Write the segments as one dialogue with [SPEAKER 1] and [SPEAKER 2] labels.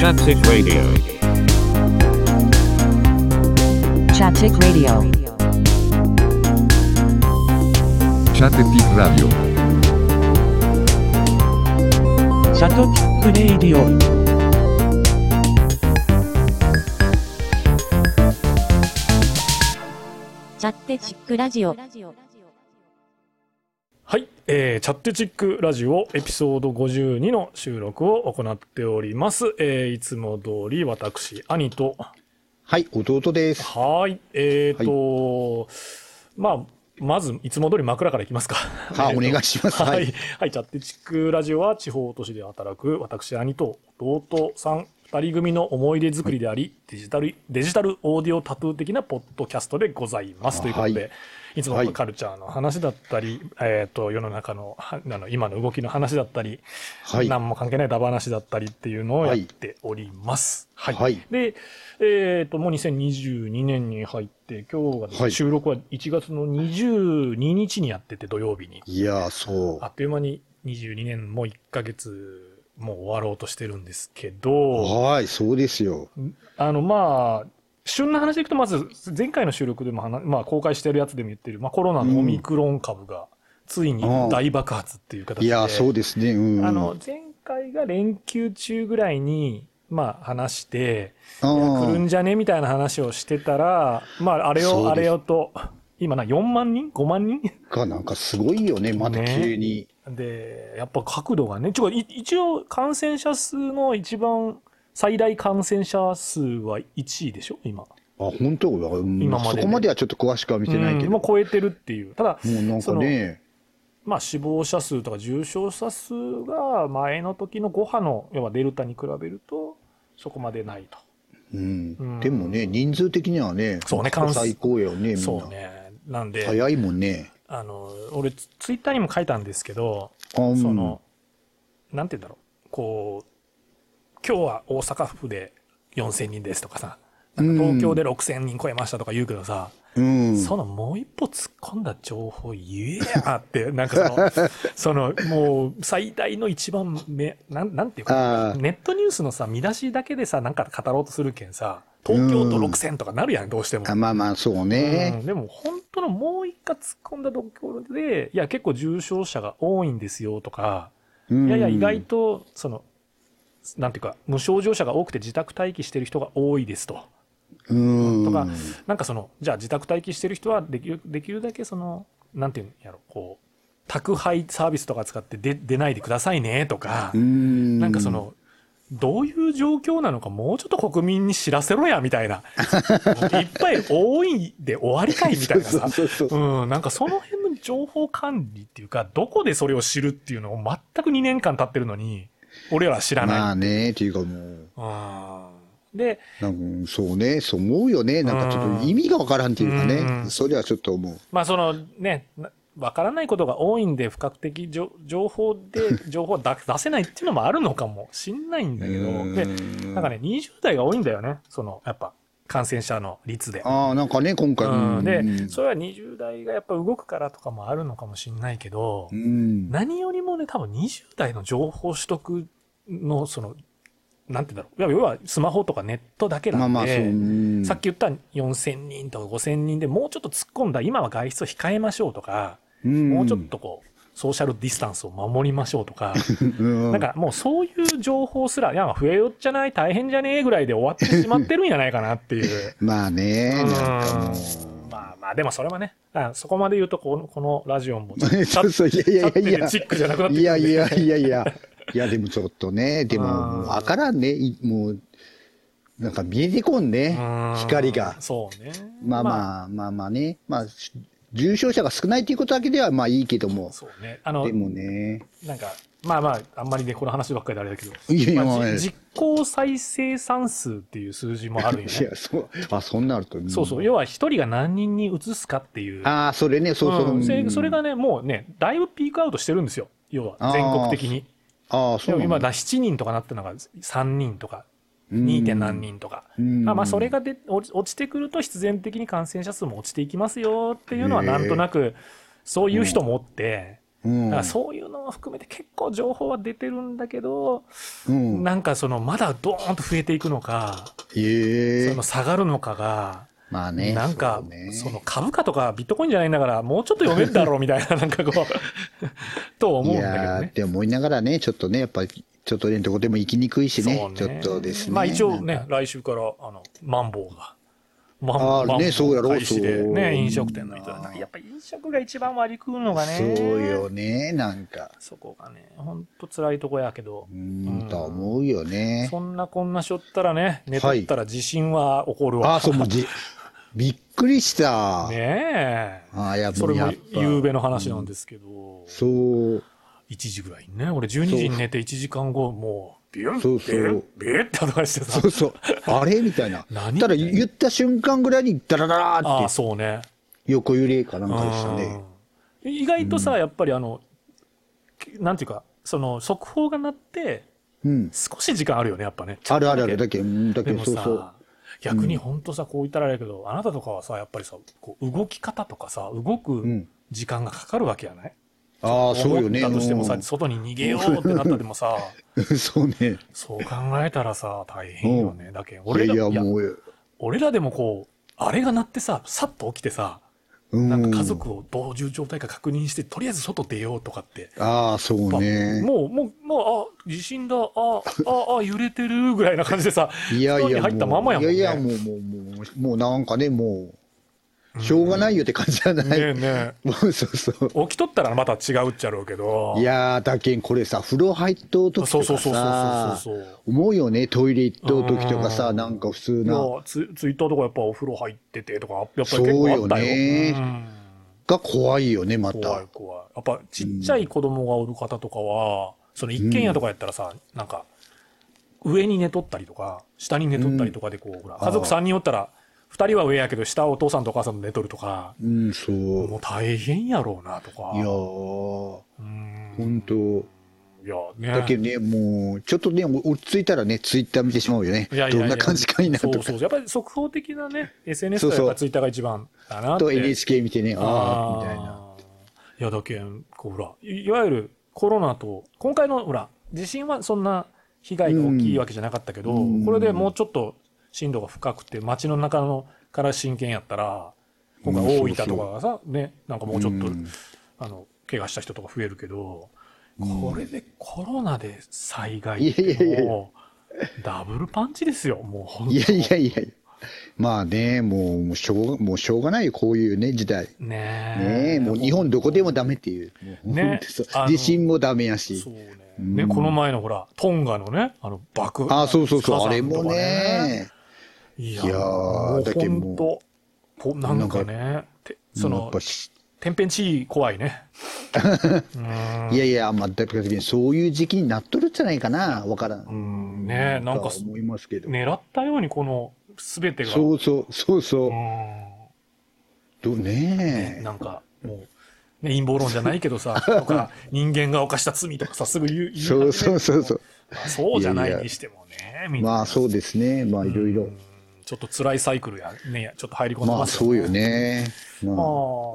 [SPEAKER 1] Chaptic Radio.
[SPEAKER 2] Chaptic Radio.
[SPEAKER 3] Chatetic Radio.
[SPEAKER 4] シャトプレイディオン。
[SPEAKER 5] チャッテチックラジオ。
[SPEAKER 6] はい、えー、チャットチックラジオエピソード52の収録を行っております。えー、いつも通り私、兄と、
[SPEAKER 7] はい、弟です。
[SPEAKER 6] はーい、えーと、まあ、まず、いつも通り枕からいきますか。
[SPEAKER 7] は
[SPEAKER 6] え
[SPEAKER 7] い、
[SPEAKER 6] ー
[SPEAKER 7] お
[SPEAKER 6] と
[SPEAKER 7] 願いしま す。
[SPEAKER 6] は
[SPEAKER 7] はいい。、
[SPEAKER 6] はい、チャッテチックラジオは地方都市で働く私兄と弟さん2人組の思い出作りであり、デジタルデジタルオーディオタトゥー的なポッドキャストでございますということで、、
[SPEAKER 7] はい
[SPEAKER 6] つものカルチャーの話だったり、えっ、と世の中のはあの今の動きの話だったり、
[SPEAKER 7] はい。
[SPEAKER 6] 何も関係ないダバなしだったりっていうのをやっております。はい。
[SPEAKER 7] はい
[SPEAKER 6] で、えっ、と、もう2022年に入って、今日がですね、
[SPEAKER 7] はい
[SPEAKER 6] 収録は1月の22日にやってて、土曜日に。
[SPEAKER 7] いやー、そ
[SPEAKER 6] あっという間に22年もう1ヶ月もう終わろうとしてるんですけど、
[SPEAKER 7] う。はい、そうですよ。
[SPEAKER 6] あのまあ、旬な話でいくと、まず前回の収録でも話、まあ、公開してるやつでも言ってる、まあ、コロナのオミクロン株がついに大爆発っていう形で、
[SPEAKER 7] いやー、そうですね。うん。
[SPEAKER 6] あの前回が連休中ぐらいに、まあ、話して、
[SPEAKER 7] あ
[SPEAKER 6] いや来る
[SPEAKER 7] ー
[SPEAKER 6] んじゃねみたいな話をしてたら、まあ、あれを
[SPEAKER 7] そうです
[SPEAKER 6] あれよと、今な、4万人 ?5 万人
[SPEAKER 7] か、なんかすごいよね、まだ急に。
[SPEAKER 6] で、やっぱ角度がね、ちょ、い一応感染者数の一番最大感染者数は1位でしょ今。
[SPEAKER 7] あ、本当うん
[SPEAKER 6] 今まで
[SPEAKER 7] そ
[SPEAKER 6] で
[SPEAKER 7] こまではちょっと詳しくは見てないけ
[SPEAKER 6] うん
[SPEAKER 7] ど。
[SPEAKER 6] も
[SPEAKER 7] も
[SPEAKER 6] う超えてるっていう。ただ、
[SPEAKER 7] うなんか
[SPEAKER 6] その
[SPEAKER 7] ね、
[SPEAKER 6] まあ死亡者数とか重症者数が前の時の5波の、要はデルタに比べると、そこまでないと。
[SPEAKER 7] うん
[SPEAKER 6] うん
[SPEAKER 7] でもね、人数的にはね、
[SPEAKER 6] そうね
[SPEAKER 7] 過去
[SPEAKER 6] 関数
[SPEAKER 7] 最高やよね、みん
[SPEAKER 6] そう
[SPEAKER 7] な。
[SPEAKER 6] ね。なんで、
[SPEAKER 7] 早いもんね。
[SPEAKER 6] あの、俺ツ、ツイッターにも書いたんですけど、
[SPEAKER 7] あうん
[SPEAKER 6] その、なんて言うんだろう。こう、今日は大阪府で4000人ですとかさ、なんか東京で6000人超えましたとか言うけどさ、
[SPEAKER 7] うん。
[SPEAKER 6] そのもう一歩突っ込んだ情報言えや って、なんかその、そのもう最大の一番目、なんなんていう
[SPEAKER 7] あ
[SPEAKER 6] か、
[SPEAKER 7] ー
[SPEAKER 6] ネットニュースのさ、見出しだけでさ、なんか語ろうとするけんさ、東京都
[SPEAKER 7] うん
[SPEAKER 6] 6000とかなるやん、どうしても。
[SPEAKER 7] あまあまあ、そう
[SPEAKER 6] う
[SPEAKER 7] ね。
[SPEAKER 6] んでも本当のもう一回突っ込んだところで、いや、結構重症者が多いんですよとか、
[SPEAKER 7] うん
[SPEAKER 6] いやいや、意外と、その、なんていうか、無症状者が多くて自宅待機してる人が多いですと。
[SPEAKER 7] うん。
[SPEAKER 6] とか、なんかその、じゃあ自宅待機してる人はできる、できるだけその、なんていうんやろ、こう、宅配サービスとか使って出出ないでくださいねとか、
[SPEAKER 7] うん。
[SPEAKER 6] なんかそ、の、どういう状況なのかもうちょっと国民に知らせろや、みた いな。いっぱい多いで終わりかい、みたいなさ。
[SPEAKER 7] そうそうそう。
[SPEAKER 6] うん、なんかその辺の情報管理っていうか、どこでそれを知るっていうのを全く2年間経ってるのに、俺らは知ら
[SPEAKER 7] ま
[SPEAKER 6] な
[SPEAKER 7] あ
[SPEAKER 6] い。
[SPEAKER 7] ね、っていうかもう。
[SPEAKER 6] うんで、
[SPEAKER 7] なんかそうね、そう思うよね。なんかちょっと意味がわからんっていうかね。
[SPEAKER 6] うん
[SPEAKER 7] それはちょっと思う。
[SPEAKER 6] まあそのね、なわからないことが多いんで、不確的情情報で、 情報をだ出せないっていうのもあるのかもしんないんだけど、で、なんかね、20代が多いんだよね、その、やっぱ、感染者の率で。
[SPEAKER 7] ああ、なんかね、今回。
[SPEAKER 6] うん、で、そ
[SPEAKER 7] れ
[SPEAKER 6] れは20代がやっぱ動くからとかもあるのかもしんないけど、
[SPEAKER 7] うん。
[SPEAKER 6] 何よりもね、多分20代の情報取得の、その、なんて言うんだろう。要はスマホとかネットだけなん
[SPEAKER 7] ま
[SPEAKER 6] で、
[SPEAKER 7] あまあ、そう。うん
[SPEAKER 6] さっき言った4000人とか5000人でもうちょっと突っ込んだ、今は外出を控えましょうとか、もうちょっ、とこう、ソーシャルディスタンスを守りましょうとか、
[SPEAKER 7] うん
[SPEAKER 6] なんかもうそういう情報すら、いや、増えよっちゃない、大変じゃねえぐらいで終わってしまってるんじゃないかなっていう。
[SPEAKER 7] まあね、なん
[SPEAKER 6] う
[SPEAKER 7] か
[SPEAKER 6] んまあまあ、でもそれはね、あそこまで言うとこの、このラジオも、
[SPEAKER 7] もう。そうそう、 いやいやいやいや
[SPEAKER 6] チ。ックじゃなくなってくるんで
[SPEAKER 7] いやいやいやいや。いや、でもちょっとね、でも、
[SPEAKER 6] うん
[SPEAKER 7] わからんね。いもう、なんか見えてこんね
[SPEAKER 6] うん。
[SPEAKER 7] 光が。
[SPEAKER 6] そうね。
[SPEAKER 7] まあまあ、まあまあね。まあ、し重症者が少ないっていうことだけでは、まあいいけども。
[SPEAKER 6] そうね。あの
[SPEAKER 7] で、もね。
[SPEAKER 6] なんか、まあまあ、あんまりね、この話ばっかりであれだけど、
[SPEAKER 7] いやいや
[SPEAKER 6] まあ
[SPEAKER 7] まあね
[SPEAKER 6] じ実行再生産数っていう数字もあるよ
[SPEAKER 7] い
[SPEAKER 6] ね。
[SPEAKER 7] や、そう、あ、そんなあると。ん
[SPEAKER 6] そうそう。要は、一人が何人に移すかっていう。
[SPEAKER 7] ああ、それね、そうそう。
[SPEAKER 6] うんせそれが
[SPEAKER 7] ね、
[SPEAKER 6] ね、もうね、だいぶピークアウトしてるんですよ。要は、全国的に。
[SPEAKER 7] ああ、そ
[SPEAKER 6] でも
[SPEAKER 7] うなん
[SPEAKER 6] 今
[SPEAKER 7] だ
[SPEAKER 6] だ、7人とかなったのが3人とか、
[SPEAKER 7] うん
[SPEAKER 6] 2. 点何人とか。
[SPEAKER 7] うん
[SPEAKER 6] あまあ、それがで落ち落ちてくると必然的に感染者数も落ちていきますよっていうのはなんとなくそういう人もおって、
[SPEAKER 7] うん
[SPEAKER 6] だからそういうのも含めて結構情報は出てるんだけど、
[SPEAKER 7] うん。
[SPEAKER 6] なんかそのまだドーンと増えていくのか、
[SPEAKER 7] ええ
[SPEAKER 6] その。下がるのかが、
[SPEAKER 7] まあね。
[SPEAKER 6] なんか
[SPEAKER 7] そうね
[SPEAKER 6] その株価とかビットコインじゃないんだから、もうちょっと読めるだろうみたいな、なんかこ う、と思うんだけ
[SPEAKER 7] い
[SPEAKER 6] ど
[SPEAKER 7] やー
[SPEAKER 6] ね
[SPEAKER 7] っ。て思いながらね、ちょっとね、やっぱり、ちょっとね、どこでも行きにくいしね
[SPEAKER 6] そ、う
[SPEAKER 7] ちょっとですね。
[SPEAKER 6] まあ一応
[SPEAKER 7] なん
[SPEAKER 6] ね
[SPEAKER 7] か、、
[SPEAKER 6] 来週から、あの、マンボウが。マ
[SPEAKER 7] あー
[SPEAKER 6] マ
[SPEAKER 7] ねそうやろう
[SPEAKER 6] 開始で
[SPEAKER 7] そう
[SPEAKER 6] ね、飲食店の人だからやっぱ飲食が一番割り食うのがね。
[SPEAKER 7] そうよね、なんか。
[SPEAKER 6] そこがね、ほんと辛いとこやけど
[SPEAKER 7] う、ーん、とは思うよね。
[SPEAKER 6] そんなこんなしょったらね、寝とったら地震は起こる
[SPEAKER 7] あ
[SPEAKER 6] わ。
[SPEAKER 7] あ、そう、もうじ、びっくりした。
[SPEAKER 6] ねえ。
[SPEAKER 7] ああ、やっぱ
[SPEAKER 6] それ
[SPEAKER 7] や
[SPEAKER 6] も
[SPEAKER 7] っぱ
[SPEAKER 6] 夕べの話なんですけど、
[SPEAKER 7] そう、
[SPEAKER 6] 1時ぐらいにね、俺12時に寝て1時間後、もう、ビュン、ビ
[SPEAKER 7] そうそう
[SPEAKER 6] ュン、ビュンって音がしてさ
[SPEAKER 7] そ、うそう、あれみたいな。
[SPEAKER 6] 何
[SPEAKER 7] ただ、言った瞬間ぐらいに、ダラダラ
[SPEAKER 6] あ
[SPEAKER 7] ー
[SPEAKER 6] あ、
[SPEAKER 7] って、
[SPEAKER 6] そうね。
[SPEAKER 7] 横揺れかなんかでしたね。
[SPEAKER 6] うん意外とさ、やっぱりあの、なんていうか、その、速報が鳴って、
[SPEAKER 7] うん。
[SPEAKER 6] 少し時間あるよね、やっぱね。
[SPEAKER 7] あるあるある。だけど、うんだけ
[SPEAKER 6] で
[SPEAKER 7] ど、
[SPEAKER 6] も
[SPEAKER 7] そう
[SPEAKER 6] さ、
[SPEAKER 7] そう。
[SPEAKER 6] 逆に本当さ、こう言ったらあれやけど、あなたとかはさ、やっぱりさ、こう動き方とかさ、動
[SPEAKER 7] う
[SPEAKER 6] く
[SPEAKER 7] ん
[SPEAKER 6] 時間がかかるわけやない、
[SPEAKER 7] ああ、そうよね。
[SPEAKER 6] だとしても
[SPEAKER 7] う
[SPEAKER 6] さ、
[SPEAKER 7] ん
[SPEAKER 6] 外に逃げようってなったでも さ、
[SPEAKER 7] そうね。
[SPEAKER 6] そう考えたらさ、大変よね。だけど俺
[SPEAKER 7] い
[SPEAKER 6] ら
[SPEAKER 7] やいや、
[SPEAKER 6] いや
[SPEAKER 7] もう、
[SPEAKER 6] 俺らでもこう、あれが鳴ってさ、さっと起きてさ、
[SPEAKER 7] うん。
[SPEAKER 6] なんか家族をどういう状態か確認して、とりあえず外出ようとかって、
[SPEAKER 7] ああ、そうね。
[SPEAKER 6] もう、もう、もう、あ、地震だ、あ、あ、あ、揺れてるぐらいな感じでさ、
[SPEAKER 7] いや
[SPEAKER 6] 布
[SPEAKER 7] い
[SPEAKER 6] 団に
[SPEAKER 7] や、
[SPEAKER 6] 入ったま
[SPEAKER 7] も
[SPEAKER 6] ま
[SPEAKER 7] う、
[SPEAKER 6] や
[SPEAKER 7] い
[SPEAKER 6] もんね。
[SPEAKER 7] やいや、もう、もう、もう、もうなんかね、もう、しょうがないよって感じじゃな
[SPEAKER 6] ねえ
[SPEAKER 7] い。
[SPEAKER 6] ね
[SPEAKER 7] もう、そうそう。
[SPEAKER 6] え。起きとったらまた違うっちゃろうけど。
[SPEAKER 7] いやー、だけん、これさ、風呂入っとうとき
[SPEAKER 6] そう
[SPEAKER 7] と
[SPEAKER 6] そう
[SPEAKER 7] か
[SPEAKER 6] そうそう
[SPEAKER 7] さ、
[SPEAKER 6] そうそう。
[SPEAKER 7] 思うよね、トイレ行っとうときとかさ、
[SPEAKER 6] うん
[SPEAKER 7] なんか普通
[SPEAKER 6] いや
[SPEAKER 7] な。
[SPEAKER 6] ツツイッターとかやっぱお風呂入っててとか、やっぱ結構あった
[SPEAKER 7] そうよ
[SPEAKER 6] よ。
[SPEAKER 7] ねが怖いよね、ま
[SPEAKER 6] うん、怖
[SPEAKER 7] た
[SPEAKER 6] い。怖い。やっぱちっちゃい子供がおる方とかは、その一軒家とかやったらさ、なんか、上に寝とったりとか、下に寝とったりとかでこう、ほら、家族
[SPEAKER 7] あ
[SPEAKER 6] 3
[SPEAKER 7] あ
[SPEAKER 6] 人おったら、2人は上やけど、下はお父さんとお母さんと寝とるとか、
[SPEAKER 7] うん、そう。
[SPEAKER 6] もう大変やろうなとか。
[SPEAKER 7] いやー、ほ
[SPEAKER 6] うん。
[SPEAKER 7] んと。
[SPEAKER 6] いや、ね。
[SPEAKER 7] だけどね、もう、ちょっとね、お落ち着いたらね、ツイッター見てしまうよね。
[SPEAKER 6] いやいやい
[SPEAKER 7] ど
[SPEAKER 6] や
[SPEAKER 7] んな感じかいな
[SPEAKER 6] そ
[SPEAKER 7] と
[SPEAKER 6] う
[SPEAKER 7] か
[SPEAKER 6] そう。やっぱり速報的な ね、SNS
[SPEAKER 7] そう
[SPEAKER 6] と
[SPEAKER 7] そう
[SPEAKER 6] やっぱツイッターが一番だなって。
[SPEAKER 7] と NHK 見てね、ああ、みたいな。
[SPEAKER 6] あー。いや、だけん、こう、ほら、いいわゆるコロナと、今回の、ほら、地震はそんな被害が大きいわけじゃなかったけど、
[SPEAKER 7] うん
[SPEAKER 6] これでもうちょっと震度が深くて、街の中のから震源やったら、今回
[SPEAKER 7] う
[SPEAKER 6] 大
[SPEAKER 7] んそうそう
[SPEAKER 6] 分とかがさ、ね、なんかもうちょっと、
[SPEAKER 7] うん
[SPEAKER 6] あの、怪我した人とか増えるけど、これでコロナで災害
[SPEAKER 7] いやいやいやいや
[SPEAKER 6] もうダブルパンチですよ、もう本当
[SPEAKER 7] いやいやいやいや。まあね、もう、もうしょうが、もうしょうがないよ、こういうね、時代。
[SPEAKER 6] ねえ。
[SPEAKER 7] ねえ、もう日本どこでもダメっていう。
[SPEAKER 6] ね
[SPEAKER 7] もう本当そう
[SPEAKER 6] あの
[SPEAKER 7] 地震もダメやし
[SPEAKER 6] そう。ね。
[SPEAKER 7] うん
[SPEAKER 6] ね、この前のほら、トンガのね、あの爆
[SPEAKER 7] ああ、そうそうそう、あれ
[SPEAKER 6] 火山と
[SPEAKER 7] も
[SPEAKER 6] か
[SPEAKER 7] ね。
[SPEAKER 6] いや
[SPEAKER 7] いやー
[SPEAKER 6] もう
[SPEAKER 7] だけども
[SPEAKER 6] 本当こなんかね、てそ
[SPEAKER 7] もうや
[SPEAKER 6] の
[SPEAKER 7] っぱ、し
[SPEAKER 6] 天変地異怖いね。 うーん
[SPEAKER 7] いやいや、まあ、だからそういう時期になっとるんじゃないかな、わからん。
[SPEAKER 6] うんねなん
[SPEAKER 7] と
[SPEAKER 6] か
[SPEAKER 7] は思いますけど。
[SPEAKER 6] 狙ったようにこの全てが、う
[SPEAKER 7] そうそう、そうそう。
[SPEAKER 6] ー
[SPEAKER 7] どうんね
[SPEAKER 6] なんかもう、ね、陰謀論じゃないけど さ、とか、人間が犯した罪とかさ、すぐ言う、言い
[SPEAKER 7] え。
[SPEAKER 6] 始める
[SPEAKER 7] そうそうそうそう。
[SPEAKER 6] まあそうじゃない
[SPEAKER 7] やいや
[SPEAKER 6] いにしてもね、みんな。
[SPEAKER 7] まあそうですね。まあいろいろ。
[SPEAKER 6] ちょっと辛いサイクルや、ね、ちょっと入り込んで
[SPEAKER 7] ま
[SPEAKER 6] ま
[SPEAKER 7] あ
[SPEAKER 6] す
[SPEAKER 7] そうよ。ね。ま
[SPEAKER 6] まあ、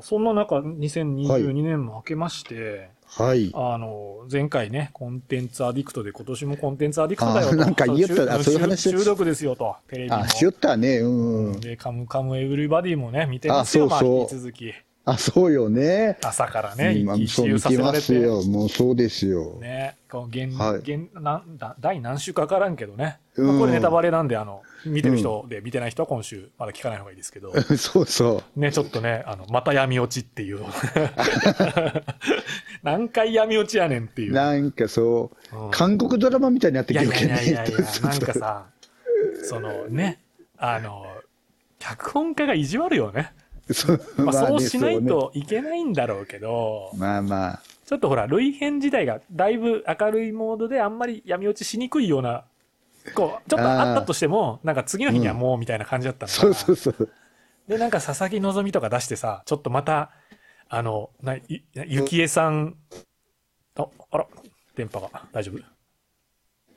[SPEAKER 6] そんな中、2022年も明けまして、
[SPEAKER 7] あ、はい。
[SPEAKER 6] あの、前回ね、コンテンツアディクトで、今年もコンテンツアディクトだよ
[SPEAKER 7] あ
[SPEAKER 6] と。
[SPEAKER 7] なんか言いよったあそういう話
[SPEAKER 6] 中中毒ですよと、テレビも
[SPEAKER 7] あ、。しよったね。うん。
[SPEAKER 6] で、カムカムエブリバディもね、見てますよ、
[SPEAKER 7] あそうそう
[SPEAKER 6] まあ、引き続き。
[SPEAKER 7] あ、そうよね。
[SPEAKER 6] 朝からね、
[SPEAKER 7] 今
[SPEAKER 6] 一
[SPEAKER 7] そう
[SPEAKER 6] 周
[SPEAKER 7] 見
[SPEAKER 6] さ
[SPEAKER 7] て
[SPEAKER 6] せら
[SPEAKER 7] ま
[SPEAKER 6] れ
[SPEAKER 7] す
[SPEAKER 6] て。
[SPEAKER 7] よ。もうそうですよ。
[SPEAKER 6] ね、こう現、
[SPEAKER 7] はい
[SPEAKER 6] 現なんだ第何週かわからんけどね、
[SPEAKER 7] うん
[SPEAKER 6] まあこれネタバレなんで、あの、見てる人で、見てない人は今週、まだ聞かない方がいいですけど。
[SPEAKER 7] そうそう。
[SPEAKER 6] ね、ちょっとね、あの、また闇落ちっていう。 何回闇落ちやねんっていう。
[SPEAKER 7] なんかそうう、
[SPEAKER 6] ん
[SPEAKER 7] 韓国ドラマみたいになって
[SPEAKER 6] い
[SPEAKER 7] き
[SPEAKER 6] や
[SPEAKER 7] て
[SPEAKER 6] い
[SPEAKER 7] る
[SPEAKER 6] や
[SPEAKER 7] け
[SPEAKER 6] い
[SPEAKER 7] ど
[SPEAKER 6] やいや
[SPEAKER 7] ね
[SPEAKER 6] いや。
[SPEAKER 7] そう
[SPEAKER 6] なん
[SPEAKER 7] そ
[SPEAKER 6] か
[SPEAKER 7] う
[SPEAKER 6] さ、そのね、あの、脚本家が意地悪よね。
[SPEAKER 7] そう
[SPEAKER 6] まあ、
[SPEAKER 7] まあね
[SPEAKER 6] そうしない
[SPEAKER 7] そうね
[SPEAKER 6] といけないんだろうけど、
[SPEAKER 7] まあまあ。
[SPEAKER 6] ちょっとほら、類編時代がだいぶ明るいモードであんまり闇落ちしにくいような、こう、ちょっとあったとしても、なんか次の日にはもうみたいな感じだったのかな
[SPEAKER 7] そうそうそう。
[SPEAKER 6] で、なんか佐々木希とか出してさ、ちょっとまた、あの、な、ゆ、なゆきえさん、あ、あら、電波が、大丈夫。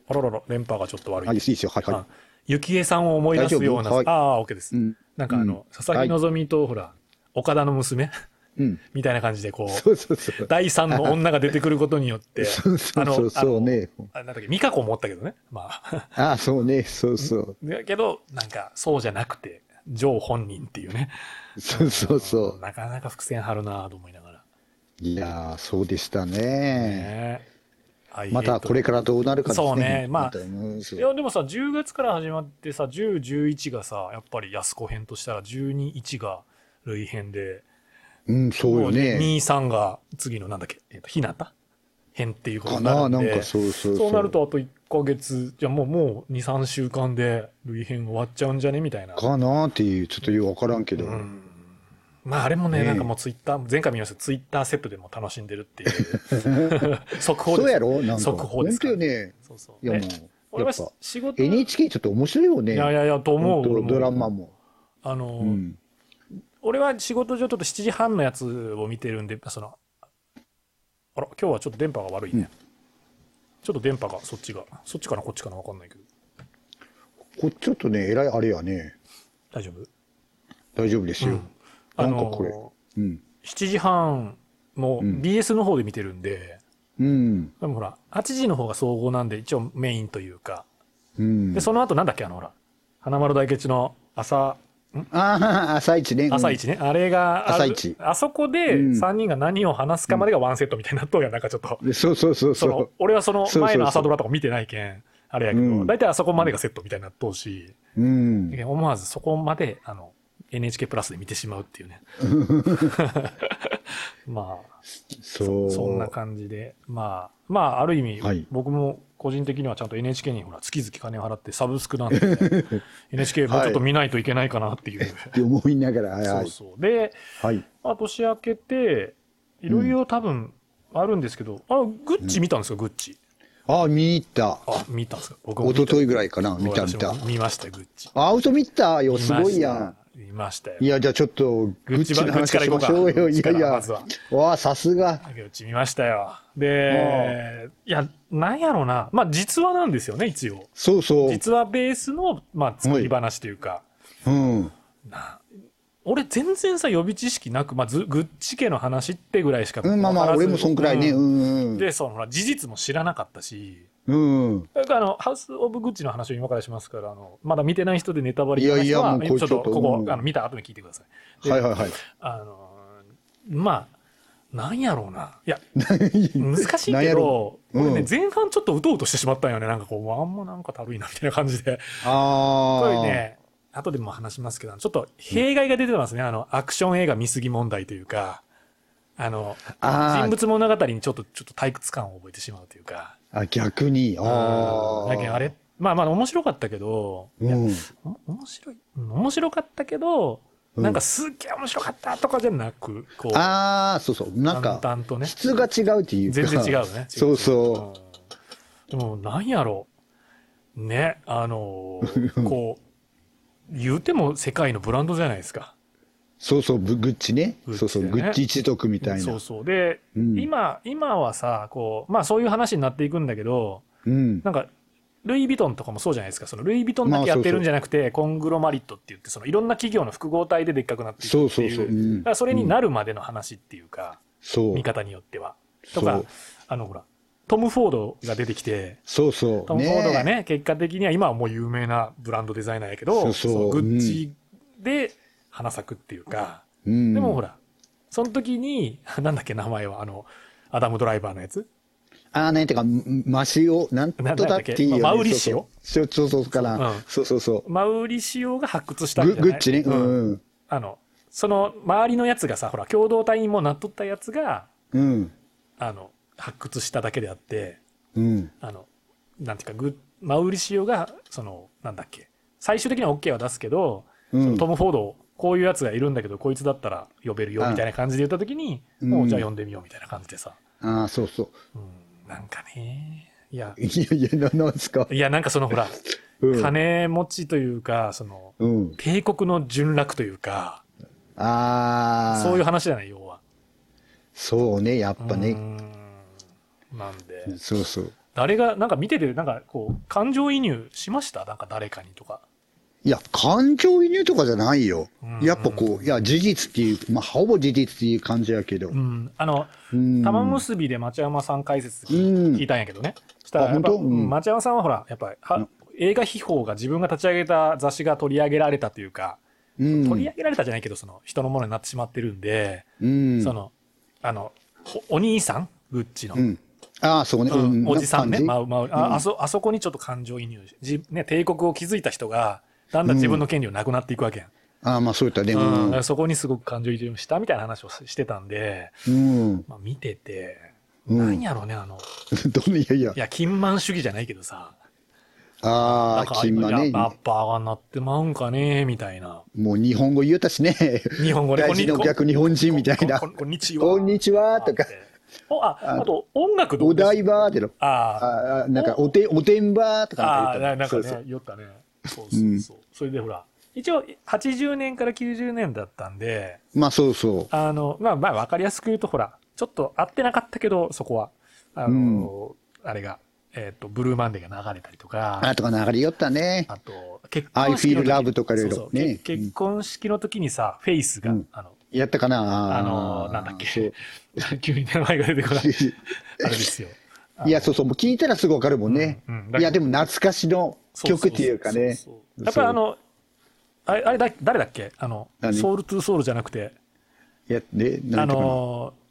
[SPEAKER 6] あららら、電波がちょっと悪い。
[SPEAKER 7] あ、いいですよ。はい
[SPEAKER 6] あ
[SPEAKER 7] は
[SPEAKER 6] ゆきえさんを思い出すような、
[SPEAKER 7] 大丈夫はい
[SPEAKER 6] ああ、OK です。
[SPEAKER 7] い。うん。
[SPEAKER 6] なんかあの、佐々木希と、ほら、岡田の娘、
[SPEAKER 7] うん。
[SPEAKER 6] みたいな感じで、こう、
[SPEAKER 7] そうそうそう。
[SPEAKER 6] 第三の女が出てくることによって、
[SPEAKER 7] そうそうそうそうね。
[SPEAKER 6] あなんだっけ、美香子も思ったけどね。まあ。
[SPEAKER 7] ああ、そうね。そうそう。
[SPEAKER 6] だけど、なんか、そうじゃなくて、ジョー本人っていうね。
[SPEAKER 7] そうそうそ
[SPEAKER 6] なかなか伏線張るなぁと思いながら。
[SPEAKER 7] う。いやー、そうでしたね。
[SPEAKER 6] ねえ
[SPEAKER 7] またこれからどうなるかですね。
[SPEAKER 6] そうねまあ
[SPEAKER 7] たうんそう
[SPEAKER 6] いや、でもさ、10月から始まってさ、10、11がさ、やっぱり安子編としたら、12、1が類編で、
[SPEAKER 7] うん、そうよね。
[SPEAKER 6] 2、3が次のなんだっけ、えっ、と、ひなた編っていうこと
[SPEAKER 7] か
[SPEAKER 6] になる
[SPEAKER 7] な、
[SPEAKER 6] ん
[SPEAKER 7] な
[SPEAKER 6] で。
[SPEAKER 7] んかそうそう
[SPEAKER 6] そうなるとあと1ヶ月、じゃあもうもう2、3週間で類編終わっちゃうんじゃねみたいな。
[SPEAKER 7] かなっていう、ちょっとよくわからんけど。
[SPEAKER 6] うんまああれもね、
[SPEAKER 7] ねえ
[SPEAKER 6] なんかもうツイッター、前回見ましたツイッターセットでも楽しんでるっていう。 速報です。
[SPEAKER 7] そうやろなんか。
[SPEAKER 6] 速報です
[SPEAKER 7] 本当
[SPEAKER 6] から
[SPEAKER 7] よね。
[SPEAKER 6] そうそう。
[SPEAKER 7] いや
[SPEAKER 6] で
[SPEAKER 7] もう、
[SPEAKER 6] 俺
[SPEAKER 7] や
[SPEAKER 6] は
[SPEAKER 7] っぱ
[SPEAKER 6] 仕事、い
[SPEAKER 7] NHK ちょっと面白いよね。
[SPEAKER 6] やいやいや、と思う。
[SPEAKER 7] 本当
[SPEAKER 6] 俺も
[SPEAKER 7] ドラマも。
[SPEAKER 6] あの、
[SPEAKER 7] うん。
[SPEAKER 6] 俺は仕事上ちょっと7時半のやつを見てるんで、その、あら、今日はちょっと電波が悪いね。
[SPEAKER 7] うん
[SPEAKER 6] ちょっと電波が、そっちが、そっちかな、こっちかな、わかんないけど。
[SPEAKER 7] こちょっとね、えらいあれやね。
[SPEAKER 6] 大丈夫
[SPEAKER 7] 大丈夫ですよ。
[SPEAKER 6] あ
[SPEAKER 7] なんかこれ
[SPEAKER 6] の、
[SPEAKER 7] うん。
[SPEAKER 6] 7時半も
[SPEAKER 7] うん
[SPEAKER 6] BS の方で見てるんで、
[SPEAKER 7] うん。
[SPEAKER 6] でもほら、8時の方が総合なんで、一応メインというか、
[SPEAKER 7] うん
[SPEAKER 6] で、。その後なんだっけ、あの、ほら、花丸大吉の朝、
[SPEAKER 7] ああ、朝一ね。うん
[SPEAKER 6] 朝。一ね、あれがある、
[SPEAKER 7] 朝一
[SPEAKER 6] あそこで
[SPEAKER 7] うん
[SPEAKER 6] 3人が何を話すかまでがワンセットみたいになっとるやん、なんかちょっと。
[SPEAKER 7] そうそうそう
[SPEAKER 6] その
[SPEAKER 7] そ
[SPEAKER 6] 俺はその
[SPEAKER 7] そうそうそう
[SPEAKER 6] 前の朝ドラとか見てないけん、あれやけ
[SPEAKER 7] う
[SPEAKER 6] ど、
[SPEAKER 7] ん
[SPEAKER 6] 大体あそこまでがセットみたいになっとうし、
[SPEAKER 7] う。うん。
[SPEAKER 6] 思わずそこまで、あの、NHK プラスで見てしまうっていう ね。まあ、
[SPEAKER 7] そう。
[SPEAKER 6] そんな感じで、まあ、まあ、ある意味、
[SPEAKER 7] はい
[SPEAKER 6] 僕も個人的にはちゃんと NHK にほら月々金を払ってサブスクなんで、NHK もうちょっと見ないといけないかなっていう。
[SPEAKER 7] って思いながら、はいは
[SPEAKER 6] そう
[SPEAKER 7] い。
[SPEAKER 6] そう。で、
[SPEAKER 7] はい。
[SPEAKER 6] まあ、年明けて、いろいろ多分あるんですけど、あ、グッチ見たんですよ、グッチ。
[SPEAKER 7] ああ、見に行った。
[SPEAKER 6] あ、見たんですか僕も見
[SPEAKER 7] 一
[SPEAKER 6] た。
[SPEAKER 7] 昨日ぐらいかな、見た見
[SPEAKER 6] 私
[SPEAKER 7] た
[SPEAKER 6] も。見ました、グッチ。
[SPEAKER 7] あ、嘘見たよ、
[SPEAKER 6] 見まし
[SPEAKER 7] す
[SPEAKER 6] た
[SPEAKER 7] ごいや
[SPEAKER 6] 見ましたよ
[SPEAKER 7] ん。い。や、じゃあちょっと、
[SPEAKER 6] グ
[SPEAKER 7] グ
[SPEAKER 6] ッ
[SPEAKER 7] ッ
[SPEAKER 6] チ
[SPEAKER 7] チ
[SPEAKER 6] ば
[SPEAKER 7] の話しましょう
[SPEAKER 6] グ
[SPEAKER 7] よ。
[SPEAKER 6] ッ
[SPEAKER 7] い
[SPEAKER 6] チか
[SPEAKER 7] や
[SPEAKER 6] ら
[SPEAKER 7] い
[SPEAKER 6] ま
[SPEAKER 7] や
[SPEAKER 6] ずは。
[SPEAKER 7] わあ、さすが。
[SPEAKER 6] グッチ見ましたよ。で、いや、なんやろうな。まあ、実話なんですよね、一応。
[SPEAKER 7] そうそう。
[SPEAKER 6] 実はベースの、まあ、作り話というか、
[SPEAKER 7] うん。
[SPEAKER 6] 俺全然さ予備知識なく、まあ、ずグッチ家の話ってぐらいしか
[SPEAKER 7] うん、まあま
[SPEAKER 6] わか
[SPEAKER 7] あ、
[SPEAKER 6] らず
[SPEAKER 7] 俺もそんくらいね。う。
[SPEAKER 6] うんでそのほら事実も知らなかったし
[SPEAKER 7] うん。
[SPEAKER 6] だからあのハウス・オブ・グッチの話を今からしますからあのまだ見てない人でネタバレ
[SPEAKER 7] いやいや
[SPEAKER 6] 話は
[SPEAKER 7] もうこれ
[SPEAKER 6] ちょっと
[SPEAKER 7] ちょっと
[SPEAKER 6] ここ、
[SPEAKER 7] うん
[SPEAKER 6] あの見た後に聞いてください。で
[SPEAKER 7] はいはいはい。
[SPEAKER 6] あのまあなんやろうないや難
[SPEAKER 7] 難
[SPEAKER 6] しいけど、
[SPEAKER 7] なんやろううん
[SPEAKER 6] 俺ね前半ちょっとうとうとしてしまったんよねなんかこうあんまなんかたるいなみたいな感じで
[SPEAKER 7] ああ。
[SPEAKER 6] これね、後でも話しますけど、ちょっと弊害が出てますね。あの、アクション映画見すぎ問題というか、あの、
[SPEAKER 7] あー
[SPEAKER 6] 人物物語にちょっと、ちょっと退屈感を覚えてしまうというか。
[SPEAKER 7] あ、逆に。ああ。
[SPEAKER 6] だけどあれまあまあ面白かったけど、いや
[SPEAKER 7] うん。
[SPEAKER 6] お面白い、うん面白かったけど、
[SPEAKER 7] うん
[SPEAKER 6] なんかすっげえ面白かったとかじゃなく、こう、
[SPEAKER 7] ああ、そうそう。なん
[SPEAKER 6] 淡
[SPEAKER 7] か、
[SPEAKER 6] 々とね、
[SPEAKER 7] 質が違うっていうか。
[SPEAKER 6] 全然違うね。。
[SPEAKER 7] そうそう
[SPEAKER 6] でも、なんやろう。ね、あの ーこう、言うても世界のブランドじゃないですか。
[SPEAKER 7] そうそう、ブグッチね。
[SPEAKER 6] グッチだよね
[SPEAKER 7] そうそう、グッチ一族みたい
[SPEAKER 6] そう
[SPEAKER 7] な。
[SPEAKER 6] そう。で、
[SPEAKER 7] うん
[SPEAKER 6] 今、今はさ、こう、まあそういう話になっていくんだけど、
[SPEAKER 7] うん。
[SPEAKER 6] なんか、ルイ・ヴィトンとかもそうじゃないですか。そのルイ・ヴィトンだけやってるんじゃなくて、コングロマリットって言って、そのいろんな企業の複合体ででっかくなっていく
[SPEAKER 7] そう
[SPEAKER 6] って
[SPEAKER 7] そ
[SPEAKER 6] いうう。
[SPEAKER 7] そう。う
[SPEAKER 6] だ
[SPEAKER 7] ん
[SPEAKER 6] からそれになるまでの話っていうか、
[SPEAKER 7] そう
[SPEAKER 6] 見方によっては。と
[SPEAKER 7] そう
[SPEAKER 6] か、あのほら、トム・フォードが出てきて、
[SPEAKER 7] そうそう。
[SPEAKER 6] トム・フォードがね、結果的には今はもう有名なブランドデザイナーやけど、
[SPEAKER 7] そうそう
[SPEAKER 6] のグッチで花咲くっていうか、
[SPEAKER 7] うん。
[SPEAKER 6] でもほら、その時に、 なんだっけ、名前は、あの、アダム・ドライバーのやつ
[SPEAKER 7] ああ、なんていうか、んマシオ、なんと
[SPEAKER 6] な
[SPEAKER 7] だっていう
[SPEAKER 6] な
[SPEAKER 7] よ
[SPEAKER 6] んだっけ
[SPEAKER 7] ね。
[SPEAKER 6] まあマウリシオ
[SPEAKER 7] そうそうそうそうから、
[SPEAKER 6] うん
[SPEAKER 7] そうそうそう。
[SPEAKER 6] マウリシオが発掘したんじ
[SPEAKER 7] グ
[SPEAKER 6] ゃない
[SPEAKER 7] グッチね。う
[SPEAKER 6] うん。
[SPEAKER 7] ん。
[SPEAKER 6] あの、その周りのやつがさ、ほら、共同体にもなっとったやつが、
[SPEAKER 7] うん。
[SPEAKER 6] あの、発掘しただけであって、
[SPEAKER 7] うん。
[SPEAKER 6] あの、なんていうか、グマウリシオが、その、なんだっけ、最終的には OK は出すけど、
[SPEAKER 7] うん
[SPEAKER 6] そのトム・フォードを、こういうやつがいるんだけど、こいつだったら呼べるよ、みたいな感じで言った時に、
[SPEAKER 7] うん
[SPEAKER 6] もうじゃあ呼んでみよう、みたいな感じでさ、
[SPEAKER 7] ああ、そうそう。
[SPEAKER 6] うん、なんかね、いや、
[SPEAKER 7] いやいや、ななんですか。
[SPEAKER 6] いや、なんかそのほら、
[SPEAKER 7] うん
[SPEAKER 6] 金持ちというか、その、
[SPEAKER 7] うん。
[SPEAKER 6] 帝国の順落というか、
[SPEAKER 7] ああ。
[SPEAKER 6] そういう話じゃない、要は。
[SPEAKER 7] そうね、やっぱ
[SPEAKER 6] うー
[SPEAKER 7] ね。
[SPEAKER 6] んなんで、
[SPEAKER 7] そうそう。
[SPEAKER 6] 誰が、なんか見てて、なんかこう、感情移入しましたなんか誰かにとか。
[SPEAKER 7] いや、感情移入とかじゃないよ
[SPEAKER 6] うん。
[SPEAKER 7] やっぱこう、いや、事実っていう、まあ、ほぼ事実っていう感じやけど。
[SPEAKER 6] うん、あの、
[SPEAKER 7] うん
[SPEAKER 6] 玉結びで町山さん解説
[SPEAKER 7] うん
[SPEAKER 6] 聞いたんやけどね。したら
[SPEAKER 7] あ
[SPEAKER 6] やっぱ、
[SPEAKER 7] 本当うん
[SPEAKER 6] 町山さんはほら、やっぱりは
[SPEAKER 7] うん
[SPEAKER 6] 映画秘宝が自分が立ち上げた雑誌が取り上げられたというか、
[SPEAKER 7] うん
[SPEAKER 6] 取り上げられたじゃないけど、その人のものになってしまってるんで、
[SPEAKER 7] うん。
[SPEAKER 6] その、あの、おお兄さんグッチの。
[SPEAKER 7] うん。ああ、そうね。
[SPEAKER 6] うん
[SPEAKER 7] うん
[SPEAKER 6] おじさんね、
[SPEAKER 7] な
[SPEAKER 6] ま
[SPEAKER 7] 感
[SPEAKER 6] あまあああそあそこにちょっと感情移入しじ、ね、帝国を築いた人がだんだん自分の権利をなくなっていくわけやん、
[SPEAKER 7] じああ、まあ、そういったね。
[SPEAKER 6] う
[SPEAKER 7] うん
[SPEAKER 6] だ
[SPEAKER 7] ん
[SPEAKER 6] からそこにすごく感情移入したみたいな話をししてたんで、
[SPEAKER 7] うん。
[SPEAKER 6] まあ、見てて、
[SPEAKER 7] うん
[SPEAKER 6] なんやろうねあの
[SPEAKER 7] どんないやいや
[SPEAKER 6] い。や金満主義じゃないけどさな
[SPEAKER 7] あ
[SPEAKER 6] ん
[SPEAKER 7] あ、
[SPEAKER 6] か
[SPEAKER 7] 金馬
[SPEAKER 6] や
[SPEAKER 7] ね
[SPEAKER 6] っ。ぱバッパーがなってまうんかねみたいな
[SPEAKER 7] もう日本語言うたしね。
[SPEAKER 6] 日本語で
[SPEAKER 7] 大事の逆日本人みたいな
[SPEAKER 6] こんこんこんにちは
[SPEAKER 7] こんにちはとか、
[SPEAKER 6] おああと音楽ど
[SPEAKER 7] お
[SPEAKER 6] うです
[SPEAKER 7] 台場っての。
[SPEAKER 6] あー
[SPEAKER 7] ああ、なんか、おて、おてんばと
[SPEAKER 6] あ
[SPEAKER 7] か
[SPEAKER 6] あー
[SPEAKER 7] な
[SPEAKER 6] ななんんか
[SPEAKER 7] か言
[SPEAKER 6] ね
[SPEAKER 7] う
[SPEAKER 6] 酔った
[SPEAKER 7] た。そうそう
[SPEAKER 6] ねそうそうそう、それでほら一応80年から90年だったんで
[SPEAKER 7] まあ、そうそ
[SPEAKER 6] あのまあまあ分かりやすく言うとほらちょっと合ってなかったけどそこはあの、あれが、えっとブルーマンデーが流れたりとか
[SPEAKER 7] う。あとか流れよったね。
[SPEAKER 6] あと結
[SPEAKER 7] I
[SPEAKER 6] 婚式
[SPEAKER 7] feel
[SPEAKER 6] の時
[SPEAKER 7] love とかいろいろ
[SPEAKER 6] そうそうけ
[SPEAKER 7] ね
[SPEAKER 6] 結婚式の時にさ、フェイスが、
[SPEAKER 7] うん
[SPEAKER 6] あの
[SPEAKER 7] やったかな
[SPEAKER 6] あのなんだっけ
[SPEAKER 7] そう。
[SPEAKER 6] 急に名前が出てこない あれですよ
[SPEAKER 7] いや、そうそう。もう聞いたらすぐわかるもんね。
[SPEAKER 6] うんうん
[SPEAKER 7] いや、でも懐かしの曲っていうかね。
[SPEAKER 6] そうそうそうそうやっぱりあのあれあれだ誰だっけあの
[SPEAKER 7] 何
[SPEAKER 6] ソウルトゥーソウルじゃなくて
[SPEAKER 7] いや、で、な
[SPEAKER 6] あ
[SPEAKER 7] んていうかな
[SPEAKER 6] のー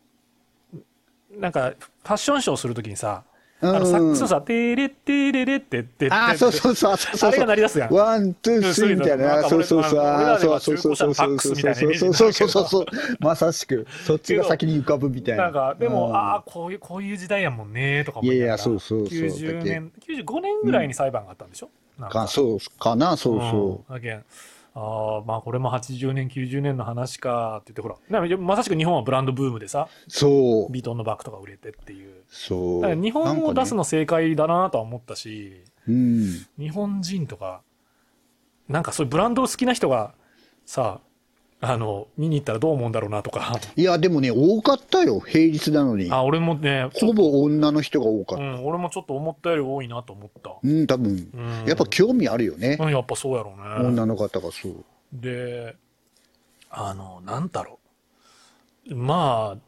[SPEAKER 6] なんかファッションショーするときにさ、
[SPEAKER 7] うん
[SPEAKER 6] あのサックスのさ「テレテレレ」ってってって
[SPEAKER 7] ああ、そうそうそう、そうそ
[SPEAKER 6] あ
[SPEAKER 7] うそう。
[SPEAKER 6] れが鳴り出すやん
[SPEAKER 7] ワン、ツー、スリーみたい
[SPEAKER 6] なん
[SPEAKER 7] な。
[SPEAKER 6] か
[SPEAKER 7] そうそうそう。
[SPEAKER 6] 俺
[SPEAKER 7] あ
[SPEAKER 6] ら
[SPEAKER 7] あ、
[SPEAKER 6] で
[SPEAKER 7] そう
[SPEAKER 6] は
[SPEAKER 7] そう
[SPEAKER 6] 中
[SPEAKER 7] そう
[SPEAKER 6] 古車
[SPEAKER 7] そ
[SPEAKER 6] の
[SPEAKER 7] う
[SPEAKER 6] ファ
[SPEAKER 7] そ
[SPEAKER 6] ック
[SPEAKER 7] う
[SPEAKER 6] ス
[SPEAKER 7] そう
[SPEAKER 6] みたいなイ
[SPEAKER 7] そう
[SPEAKER 6] メージ
[SPEAKER 7] そうそうそうそうそう。まさしく、そっちが先に浮かぶみたいな。
[SPEAKER 6] なんかでも、
[SPEAKER 7] うん
[SPEAKER 6] ああこういうこういう時代やもんねとか思
[SPEAKER 7] いやい
[SPEAKER 6] ながら
[SPEAKER 7] やそうそうそう
[SPEAKER 6] 90年95年ぐらいに裁判があったんでしょ、なん
[SPEAKER 7] か、そうかな、そうそ
[SPEAKER 6] うんだけんああまあこれも80年90年の話かって言ってほらなんかまさしく日本はブランドブームでさ
[SPEAKER 7] う。そう。
[SPEAKER 6] ビトンのバッグとか売れてっていうだ
[SPEAKER 7] そ
[SPEAKER 6] から
[SPEAKER 7] う。
[SPEAKER 6] 日本を出す
[SPEAKER 7] の。
[SPEAKER 6] の正解だなとは思ったし、
[SPEAKER 7] うん。
[SPEAKER 6] 日本人とかなんかそういうブランドを好きな人がさあの見に行ったらどう思うんだろうなとか
[SPEAKER 7] いや、でもね、多かったよ。平日なのに。
[SPEAKER 6] あ俺もねちょ
[SPEAKER 7] ほぼ女の人が多かっ
[SPEAKER 6] う
[SPEAKER 7] た。
[SPEAKER 6] ん、俺もちょっと思ったより多いなと思った、
[SPEAKER 7] うん、多分。
[SPEAKER 6] うん、
[SPEAKER 7] やっぱ興味あるよね。
[SPEAKER 6] うんやっぱそうやろうね
[SPEAKER 7] 女の方がそう。
[SPEAKER 6] であのなんだろうまあ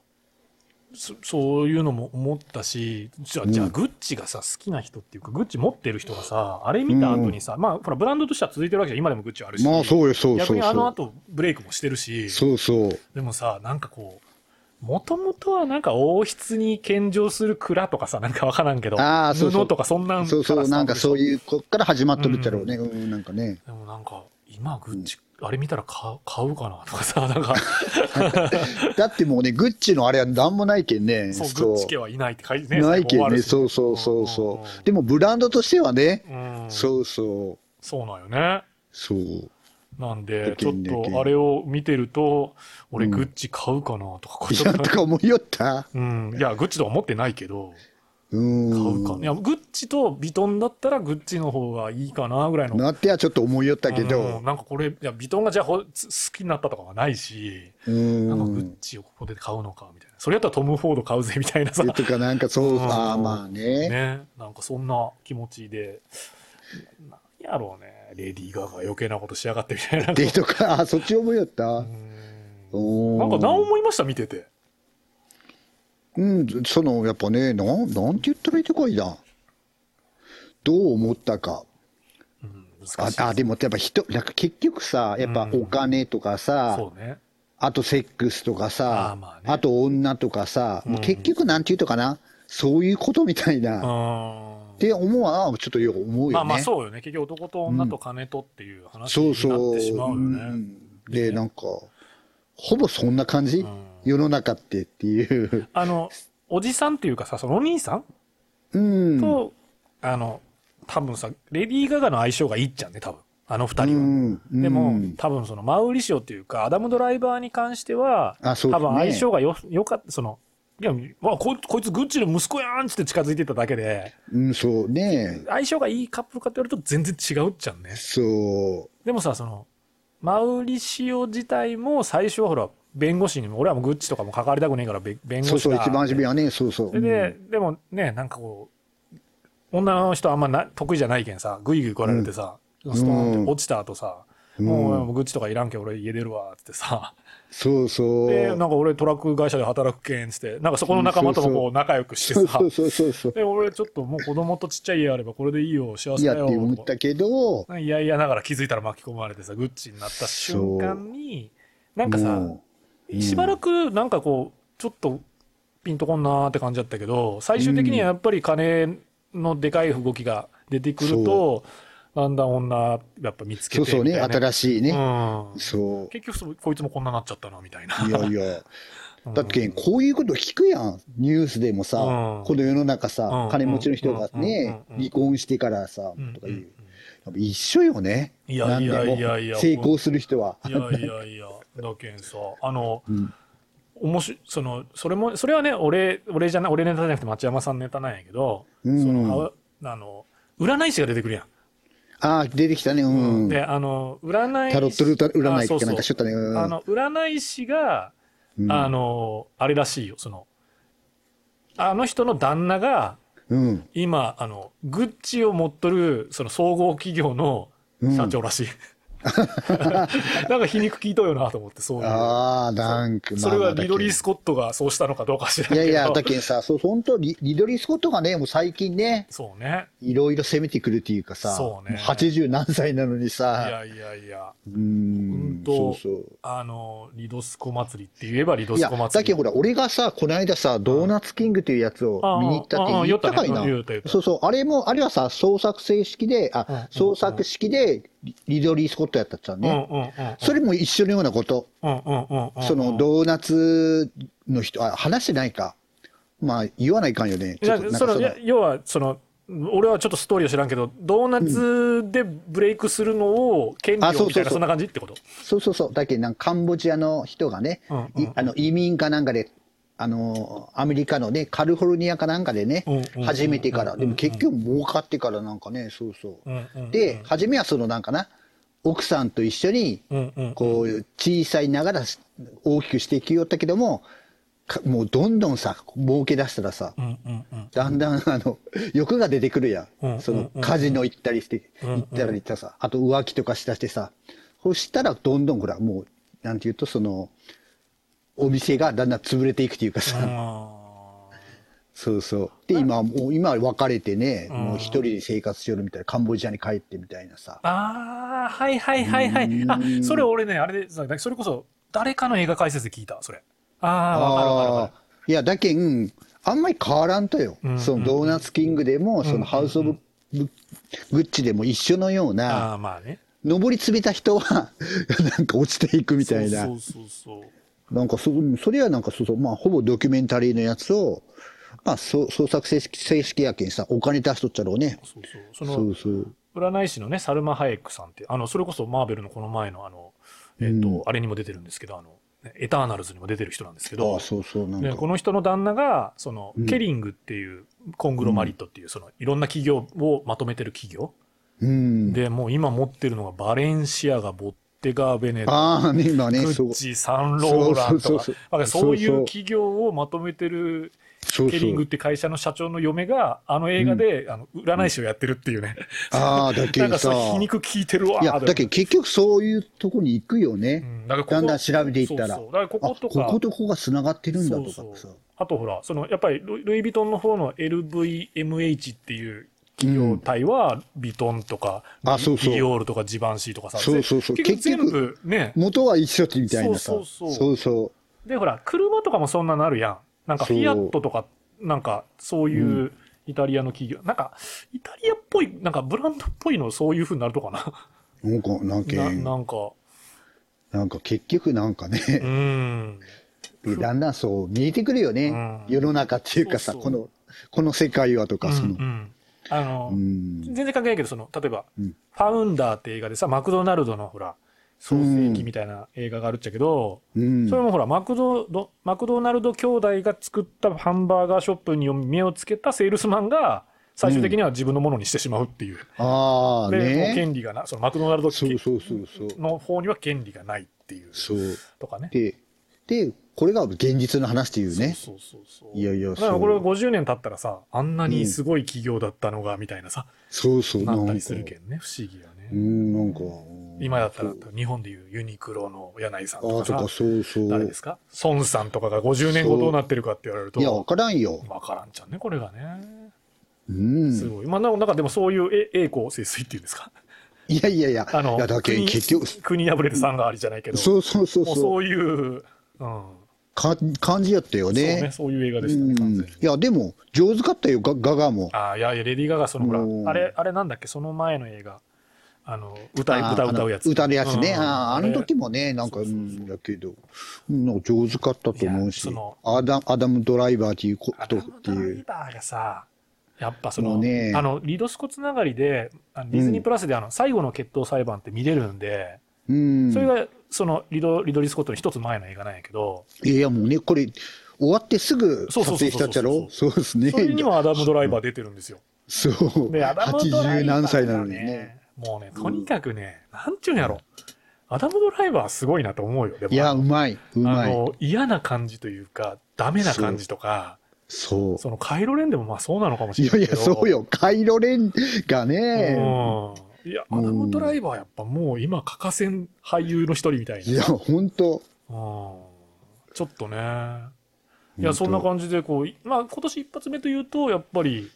[SPEAKER 6] そそういうのも思ったしじゃあ、
[SPEAKER 7] うん
[SPEAKER 6] じゃあグッチがさ好きな人っていうかグッチ持ってる人がさあれ見た後にさ、まあほらブランドとしては続いてるわけじゃん今でもグッチはあるし、
[SPEAKER 7] まあ、そうよ、そう
[SPEAKER 6] 逆
[SPEAKER 7] そう
[SPEAKER 6] にあの
[SPEAKER 7] そ
[SPEAKER 6] 後ブレイクもしてるし
[SPEAKER 7] う。そうそう。
[SPEAKER 6] でもさなんかこうもともとはなんか王室に献上する蔵とかさなんかわからんけど
[SPEAKER 7] あーそうそう
[SPEAKER 6] 布とかそんなん
[SPEAKER 7] そうそ
[SPEAKER 6] か
[SPEAKER 7] う、
[SPEAKER 6] らスタ
[SPEAKER 7] な
[SPEAKER 6] ー
[SPEAKER 7] ん
[SPEAKER 6] ト
[SPEAKER 7] か
[SPEAKER 6] でしょ
[SPEAKER 7] そういう、こっから始まっとるっちゃろうね。うん、なんかね。
[SPEAKER 6] でもなんか今グッチ、あれ見たら買う買うかなとかさ なんか
[SPEAKER 7] だってもうね、グッチのあれはなんもないけんね。
[SPEAKER 6] そう、
[SPEAKER 7] そう
[SPEAKER 6] グッチ家はいないって書いてね。
[SPEAKER 7] な
[SPEAKER 6] 最
[SPEAKER 7] いけ
[SPEAKER 6] 後終わ
[SPEAKER 7] ん
[SPEAKER 6] る
[SPEAKER 7] ね。
[SPEAKER 6] し
[SPEAKER 7] そうそうそう
[SPEAKER 6] うんうん
[SPEAKER 7] そうう。
[SPEAKER 6] ん
[SPEAKER 7] でもブランドとしてはね、
[SPEAKER 6] うんそう。
[SPEAKER 7] そうそう、
[SPEAKER 6] なんよね。
[SPEAKER 7] そう。
[SPEAKER 6] なんで、ち
[SPEAKER 7] で
[SPEAKER 6] ょ
[SPEAKER 7] きんね
[SPEAKER 6] っとあれを見てると、俺グッチ買うかなとか、こう
[SPEAKER 7] い
[SPEAKER 6] ちょ
[SPEAKER 7] や、
[SPEAKER 6] っ
[SPEAKER 7] と
[SPEAKER 6] と
[SPEAKER 7] か思いよった。
[SPEAKER 6] うん。いや、グッチとは思ってないけど、
[SPEAKER 7] う
[SPEAKER 6] 買うか
[SPEAKER 7] ー
[SPEAKER 6] な。
[SPEAKER 7] ん。
[SPEAKER 6] いや、グッチとビトンだったらグッチの方がいいかなぐらいの。
[SPEAKER 7] なってはちょっと思いよったけ
[SPEAKER 6] う
[SPEAKER 7] ど
[SPEAKER 6] ん、なんかこれ、いや、ビトンがじゃあほつ好きになったとかはないし、
[SPEAKER 7] う
[SPEAKER 6] なんかグ
[SPEAKER 7] ー
[SPEAKER 6] ッ
[SPEAKER 7] ん。
[SPEAKER 6] チをここで買うのかみたいな。それやったらトム・フォード買うぜみたいなさ。
[SPEAKER 7] とかなんかそうう、
[SPEAKER 6] ん
[SPEAKER 7] ああまあね。
[SPEAKER 6] ね、なんかそんな気持ちで、なんやろうね、レディー・ガガ余計なことしやがってみたいな。
[SPEAKER 7] でとか、あ、そっち思いよった。
[SPEAKER 6] うん
[SPEAKER 7] おー
[SPEAKER 6] なんか何思いました見てて。
[SPEAKER 7] うん、その、やっぱね、なん、なんて言ったらいいとこいな。どう思ったか。
[SPEAKER 6] うん、難
[SPEAKER 7] あ
[SPEAKER 6] しい。
[SPEAKER 7] あでもやっぱ人なんか結局さやっぱお金とかさ、
[SPEAKER 6] そうね。
[SPEAKER 7] あとセックスとかさ
[SPEAKER 6] あーまあね
[SPEAKER 7] と女とかさ、もう結局なんていうとかなそういうことみたい
[SPEAKER 6] う
[SPEAKER 7] な、っ
[SPEAKER 6] ん。
[SPEAKER 7] て思うはちょっとよく思うよね。
[SPEAKER 6] まあまあそうよね。結局男と女と金とっていう話
[SPEAKER 7] そ
[SPEAKER 6] に
[SPEAKER 7] うそ
[SPEAKER 6] なっ
[SPEAKER 7] う
[SPEAKER 6] てしまうよ
[SPEAKER 7] う
[SPEAKER 6] ね。
[SPEAKER 7] んでなんかほぼそんな感じ、
[SPEAKER 6] ん
[SPEAKER 7] 世の中ってっていう。
[SPEAKER 6] あの、おじさんっていうかさ、そのお兄さん
[SPEAKER 7] うん、
[SPEAKER 6] と、あの、多分さ、レディー・ガガの相性がいいっちゃうね、多分。あの二
[SPEAKER 7] う
[SPEAKER 6] 人は。
[SPEAKER 7] んうん
[SPEAKER 6] でも、多分そのマウリシオっていうか、アダム・ドライバーに関しては、
[SPEAKER 7] あそうで
[SPEAKER 6] 多
[SPEAKER 7] すね
[SPEAKER 6] 分相性がよよかった、その、いや、わこいこいつグッチの息子やんっつって近づいてただけで、
[SPEAKER 7] うん、そうね
[SPEAKER 6] 相性がいいカップルかって言われると全然違うっちゃうね。
[SPEAKER 7] そ
[SPEAKER 6] でもさ、その、マウリシオ自体も最初はほら、弁護士にも、俺はもうグッチとかも関わりたくねえから、べ弁
[SPEAKER 7] う
[SPEAKER 6] 護士
[SPEAKER 7] そ
[SPEAKER 6] だ
[SPEAKER 7] うそう一番初めはねそうそう。
[SPEAKER 6] それで、でもね、なんかこう、女の人あんまな得意じゃないけんさ、ぐいぐい来られてさ、ストーンって落ちた後さ、もう愚痴とかいらんけん俺家出るわっつってさ、
[SPEAKER 7] そうそ
[SPEAKER 6] で
[SPEAKER 7] う
[SPEAKER 6] なん。か俺トラック会社で働くけんっつってなんかそこの仲間ともこう仲良くしてさ
[SPEAKER 7] そうそうそうそう。
[SPEAKER 6] で俺ちょっともう子供とちっちゃい家あればこれでいいよ幸
[SPEAKER 7] い
[SPEAKER 6] せ
[SPEAKER 7] や
[SPEAKER 6] だ
[SPEAKER 7] って
[SPEAKER 6] よ
[SPEAKER 7] 思っ
[SPEAKER 6] とか
[SPEAKER 7] たけど、
[SPEAKER 6] いやいやながら気づいたら巻き込まれてさグッチになった瞬間になんかさ
[SPEAKER 7] もうん
[SPEAKER 6] しばらくなんかこうちょっとピンとこんなーって感じだったけど最終的にはやっぱり金のでかい動きが出てくると、だんだん女やっぱ見つけ
[SPEAKER 7] そ
[SPEAKER 6] て
[SPEAKER 7] うそうね、
[SPEAKER 6] みたいな
[SPEAKER 7] 新しいね。
[SPEAKER 6] うん
[SPEAKER 7] そ
[SPEAKER 6] 結局そうこいつもこんななっちゃったなみたいな
[SPEAKER 7] う。いやいや。
[SPEAKER 6] うん
[SPEAKER 7] だってこういうこと聞くやん、ニュースでもさ、
[SPEAKER 6] うん
[SPEAKER 7] この世の中
[SPEAKER 6] う
[SPEAKER 7] さ
[SPEAKER 6] ん、
[SPEAKER 7] 金持ちの人がね
[SPEAKER 6] うん、
[SPEAKER 7] 離婚してからさ
[SPEAKER 6] うん、。
[SPEAKER 7] とかいううんやっぱ一緒よね。
[SPEAKER 6] いやいやいやいや
[SPEAKER 7] 何でも成功する人は。
[SPEAKER 6] いやいやいやだけんさあの
[SPEAKER 7] うん
[SPEAKER 6] おもしそのそれもそれはね俺俺じゃない俺ネタじゃなくて町山さんのネタなんやけど、
[SPEAKER 7] うん
[SPEAKER 6] そのああの占い師が出てくるやん
[SPEAKER 7] ああ、出てきたね、うん。
[SPEAKER 6] であの占い師
[SPEAKER 7] タロットルータ占い
[SPEAKER 6] あ
[SPEAKER 7] ってなんかし
[SPEAKER 6] そ
[SPEAKER 7] と
[SPEAKER 6] う
[SPEAKER 7] ったね。うん
[SPEAKER 6] そうあの占い師が、
[SPEAKER 7] うん
[SPEAKER 6] あのあれらしいよそのあの人の旦那が
[SPEAKER 7] うん。
[SPEAKER 6] 今あのグッチを持っとるその総合企業の社長らしい、 なんか皮肉聞いとうよなと思ってそういう
[SPEAKER 7] ああ、なんか、
[SPEAKER 6] それはリドリー・
[SPEAKER 7] ス
[SPEAKER 6] スコットがそうしたのかどうかは知らんけ
[SPEAKER 7] い
[SPEAKER 6] ど
[SPEAKER 7] やいや、だけどさ、そう、本当リリドリー・スコットがね、もう最近ね、
[SPEAKER 6] そうね
[SPEAKER 7] いろいろ攻めてくるっていうかさ、
[SPEAKER 6] そうね
[SPEAKER 7] も80何歳なのに
[SPEAKER 6] い
[SPEAKER 7] さ、
[SPEAKER 6] やいやいや
[SPEAKER 7] う
[SPEAKER 6] うん
[SPEAKER 7] ん、そ
[SPEAKER 6] と
[SPEAKER 7] うそう。
[SPEAKER 6] あのリドスコ祭りって言えばリド
[SPEAKER 7] い
[SPEAKER 6] ス
[SPEAKER 7] や、
[SPEAKER 6] コ祭り
[SPEAKER 7] だけどほら、俺がさ、この間さ、ドーナツキングっていうやつを見に行ったって
[SPEAKER 6] ああああ
[SPEAKER 7] 言ったかい
[SPEAKER 6] あ
[SPEAKER 7] な
[SPEAKER 6] あ言った言っ。た
[SPEAKER 7] そうそう、あれも、あれはさ、創作正式で、
[SPEAKER 6] うんうんうん
[SPEAKER 7] あ、創作式でリリドリー・スコットやったっちゃう
[SPEAKER 6] うん
[SPEAKER 7] ね。
[SPEAKER 6] うんうんうん
[SPEAKER 7] それも一緒のようなこと。
[SPEAKER 6] うんうんうんうん
[SPEAKER 7] そのドーナツの人、あ、話してないか。まあ、言わないかんよね。
[SPEAKER 6] いや
[SPEAKER 7] なんか
[SPEAKER 6] その
[SPEAKER 7] その
[SPEAKER 6] いや要はその俺はちょっとストーリーを知らんけどドーナツでブレイクするのを権利
[SPEAKER 7] あそ
[SPEAKER 6] を
[SPEAKER 7] う
[SPEAKER 6] みたい
[SPEAKER 7] そ
[SPEAKER 6] なそ
[SPEAKER 7] うそう
[SPEAKER 6] んな感じってこと
[SPEAKER 7] そうそうそう。だけど、なんかカンボジアの人がね、
[SPEAKER 6] うんうん
[SPEAKER 7] いあの移民かなんかで、あの、アメリカのね、カリフォルニアかなんかでね
[SPEAKER 6] うんうんうんう、ん
[SPEAKER 7] 始めてから、でも結局儲かってからなんかね、そうそうう。
[SPEAKER 6] んうん
[SPEAKER 7] で、初めはそのなんかな、奥さんと一緒に、
[SPEAKER 6] うんうん
[SPEAKER 7] こう、小さいながら大きくしていきよったけども、かもうどんどんさ、儲け出したらさ
[SPEAKER 6] う、んうんうん
[SPEAKER 7] だんだん、あの、 欲が出てくるや
[SPEAKER 6] うんうんうん
[SPEAKER 7] ん。その、カジノ行ったりして、
[SPEAKER 6] うんうん
[SPEAKER 7] 行ったら行ったらさ、あと浮気とかしだしてさ、そしたらどんどんほら、もう、なんていうと、その、お店がだんだん潰れていくっていうか
[SPEAKER 6] うん
[SPEAKER 7] さ、
[SPEAKER 6] あ
[SPEAKER 7] そうそう。で、今、もう、今は別れてね、もう一人で生活しよるみたいな、カンボジアに帰ってみたいなさ。
[SPEAKER 6] あーはいはいはいはいあそれ俺ねあれでさそれこそ誰かの映画解説で聞いたそれああわかるわかるわかる
[SPEAKER 7] いや、だけん、あんまり変わらんとよ。
[SPEAKER 6] うん
[SPEAKER 7] その、ドーナツキングでも、その、ハウス・オブ・グッチでも一緒のような、
[SPEAKER 6] ああまあね
[SPEAKER 7] 登り詰めた人は なんか落ちていくみたいな
[SPEAKER 6] そうそうそう
[SPEAKER 7] なんかそそれはなんかそうそうまあほぼドキュメンタリーのやつをまあそう創作正式正式やけんさお金出しとっちゃろうね
[SPEAKER 6] そうそうその
[SPEAKER 7] そうそう
[SPEAKER 6] 占い師のね、サルマ・ハエックさんって、あの、それこそマーベルのこの前の、あの、えっ、と、
[SPEAKER 7] うん
[SPEAKER 6] あれにも出てるんですけど、あの、ねエターナルズにも出てる人なんですけ
[SPEAKER 7] あ
[SPEAKER 6] ど
[SPEAKER 7] あ、そうそうなんか、
[SPEAKER 6] ね、この人の旦那が、その、
[SPEAKER 7] うん
[SPEAKER 6] ケリングっていう、コングロマリットっていう、その、いろんな企業をまとめてる企業。
[SPEAKER 7] うん
[SPEAKER 6] で、もう今持ってるのが、バレンシアが、ボッテガー・ベネット、
[SPEAKER 7] ああね今
[SPEAKER 6] グ
[SPEAKER 7] ねそう
[SPEAKER 6] ッチ、サンローラン
[SPEAKER 7] そ
[SPEAKER 6] と
[SPEAKER 7] うそうそう
[SPEAKER 6] か
[SPEAKER 7] そう、
[SPEAKER 6] なんかそうい
[SPEAKER 7] そうそうう
[SPEAKER 6] 企業をまとめてる、
[SPEAKER 7] そう
[SPEAKER 6] ケ
[SPEAKER 7] そ
[SPEAKER 6] リングっ
[SPEAKER 7] う
[SPEAKER 6] て会社の社長の嫁が、あの映画で、あの、占い師をやってるっていうね。
[SPEAKER 7] ああだけ
[SPEAKER 6] なん
[SPEAKER 7] ど
[SPEAKER 6] か
[SPEAKER 7] さ
[SPEAKER 6] そう皮肉聞いてるわー
[SPEAKER 7] いや
[SPEAKER 6] と
[SPEAKER 7] だけど結局そういうとこに行くよね、
[SPEAKER 6] うんだからここ
[SPEAKER 7] だんだん調べていったら
[SPEAKER 6] そうそうだからこことか
[SPEAKER 7] あこことここがつながってるんだとかさ
[SPEAKER 6] そうそうあとほらそのやっぱりルイルイ・ヴィトンの方の LVMH っていう企業体は、ヴィトンとか
[SPEAKER 7] あそうそう
[SPEAKER 6] ディオールとかジバンシーとかさ
[SPEAKER 7] そうそうそう
[SPEAKER 6] で結局全
[SPEAKER 7] 結
[SPEAKER 6] 部
[SPEAKER 7] 局
[SPEAKER 6] ね
[SPEAKER 7] 元は一緒ってみたいなさ
[SPEAKER 6] そうそうそう
[SPEAKER 7] そうそう
[SPEAKER 6] でほら車とかもそんななるやんなんかフ
[SPEAKER 7] そう
[SPEAKER 6] ィアットとかなんかそういう、イタリアの企業なんかイタリアっぽいなんかブランドっぽいのそういうふうになるとかな
[SPEAKER 7] なんかなんけ
[SPEAKER 6] なんなんか
[SPEAKER 7] なんか結局なんかね、
[SPEAKER 6] うん
[SPEAKER 7] でだんだんそう見えてくるよね、
[SPEAKER 6] うん
[SPEAKER 7] 世の中っていうかさ
[SPEAKER 6] そうそ
[SPEAKER 7] こ
[SPEAKER 6] う
[SPEAKER 7] のこの世界はとかそ
[SPEAKER 6] う
[SPEAKER 7] の、
[SPEAKER 6] んうんあの、
[SPEAKER 7] うん
[SPEAKER 6] 全然関係ないけど、その、例えば、
[SPEAKER 7] うん
[SPEAKER 6] ファウンダーって映画でさ、マクドナルドのほら、創世記みたいな映画があるっちゃけど、
[SPEAKER 7] うん
[SPEAKER 6] それもほら、マクドド、マクドナルド兄弟が作ったハンバーガーショップに目をつけたセールスマンが、最終的には自分のものにしてしまうっていう。
[SPEAKER 7] ああ
[SPEAKER 6] で、もう
[SPEAKER 7] ね
[SPEAKER 6] 権利がな、そのマクドナルド
[SPEAKER 7] そうそうそうそう
[SPEAKER 6] の方には権利がないっていう、
[SPEAKER 7] そう
[SPEAKER 6] とかね。
[SPEAKER 7] ででこれが現実の話っていうね
[SPEAKER 6] そうそうそうそう。
[SPEAKER 7] いやいや
[SPEAKER 6] だか
[SPEAKER 7] そ
[SPEAKER 6] ら
[SPEAKER 7] う
[SPEAKER 6] これが50年経ったらさ、あんなにすごい企業だったのが、みたいなさ、
[SPEAKER 7] そうそう
[SPEAKER 6] なった
[SPEAKER 7] ん
[SPEAKER 6] り
[SPEAKER 7] か
[SPEAKER 6] するけんね、不思議やね。
[SPEAKER 7] うん、なんか。
[SPEAKER 6] 今だったら日本でいうユニクロの柳井さん
[SPEAKER 7] あ
[SPEAKER 6] と
[SPEAKER 7] あ、そっ
[SPEAKER 6] か
[SPEAKER 7] か、
[SPEAKER 6] さ
[SPEAKER 7] そうそう。
[SPEAKER 6] 誰ですか孫さんとかが50年後どうなってるかって言われると
[SPEAKER 7] いや、わからんよ。
[SPEAKER 6] わからんちゃうねこれがね
[SPEAKER 7] うん。
[SPEAKER 6] すごいまあなんかでもそういうえ栄光盛衰っていうんですか
[SPEAKER 7] いやいやいや、
[SPEAKER 6] あの
[SPEAKER 7] いやだけ
[SPEAKER 6] 国
[SPEAKER 7] 結局、
[SPEAKER 6] 国破れる三がありじゃないけど
[SPEAKER 7] そうそうそう
[SPEAKER 6] もう
[SPEAKER 7] そ
[SPEAKER 6] そうういう、うん
[SPEAKER 7] か感じやったよ
[SPEAKER 6] そうね
[SPEAKER 7] ね。
[SPEAKER 6] そういう映画
[SPEAKER 7] う
[SPEAKER 6] でしたね完
[SPEAKER 7] ん。
[SPEAKER 6] 全
[SPEAKER 7] い
[SPEAKER 6] に。
[SPEAKER 7] や、でも、上手かったよ、ガガガも。
[SPEAKER 6] ああいやいやレディー・ガガそのほ
[SPEAKER 7] うん
[SPEAKER 6] らあれあれなんだっけその前の映画あの歌
[SPEAKER 7] あー
[SPEAKER 6] 歌歌うや
[SPEAKER 7] あ
[SPEAKER 6] つ
[SPEAKER 7] の歌のやつね。
[SPEAKER 6] うん
[SPEAKER 7] あーあの時もね、なんか、う、
[SPEAKER 6] そうそうそうん
[SPEAKER 7] だけど、うんなんか上手かったと思う
[SPEAKER 6] いやそ
[SPEAKER 7] し
[SPEAKER 6] の、
[SPEAKER 7] アダアダム・ドライバーっていうこ
[SPEAKER 6] ア
[SPEAKER 7] と
[SPEAKER 6] ダ
[SPEAKER 7] っ
[SPEAKER 6] ム・
[SPEAKER 7] て
[SPEAKER 6] ドラ
[SPEAKER 7] い
[SPEAKER 6] イ
[SPEAKER 7] う。
[SPEAKER 6] バーがさやっぱその,、
[SPEAKER 7] もうね
[SPEAKER 6] あのリード・スコつながりであのディズニープラスであの、最後の決闘裁判って見れるんで、
[SPEAKER 7] うん。
[SPEAKER 6] それがそのリドリドリー・スコットの一つ前の映画なんやけど、
[SPEAKER 7] いや、もうね、これ、終わってすぐ撮
[SPEAKER 6] そうそうそうそう
[SPEAKER 7] 影したっちゃろそうですね。
[SPEAKER 6] それにもアダム・ドライバー出てるん ですよ。
[SPEAKER 7] そう。
[SPEAKER 6] で、アダム・ドライ
[SPEAKER 7] 80
[SPEAKER 6] バー、
[SPEAKER 7] 何歳なのにね。。
[SPEAKER 6] もうね、とにかくね、なんちゅうんやろ。アダム・ドライバーすごいなと思うよ。でも
[SPEAKER 7] いや、うまい、
[SPEAKER 6] あ
[SPEAKER 7] うまい。
[SPEAKER 6] の嫌な感じというか、ダメな感じとか、
[SPEAKER 7] そう
[SPEAKER 6] そ。のカイロレンでもまあそうなのかもし
[SPEAKER 7] い
[SPEAKER 6] れ
[SPEAKER 7] や
[SPEAKER 6] ない
[SPEAKER 7] い
[SPEAKER 6] け
[SPEAKER 7] や、
[SPEAKER 6] ど。
[SPEAKER 7] そうよ。カイロレンがね、
[SPEAKER 6] うん。いや、
[SPEAKER 7] うん
[SPEAKER 6] アダム・ドライバーやっぱもう今欠かせん俳優の一人みたいな。
[SPEAKER 7] いや、本
[SPEAKER 6] う
[SPEAKER 7] 当
[SPEAKER 6] んちょっとね。い
[SPEAKER 7] 本当
[SPEAKER 6] や、そんな感じで、こう、いまあ、今年一発目というと、やっぱり、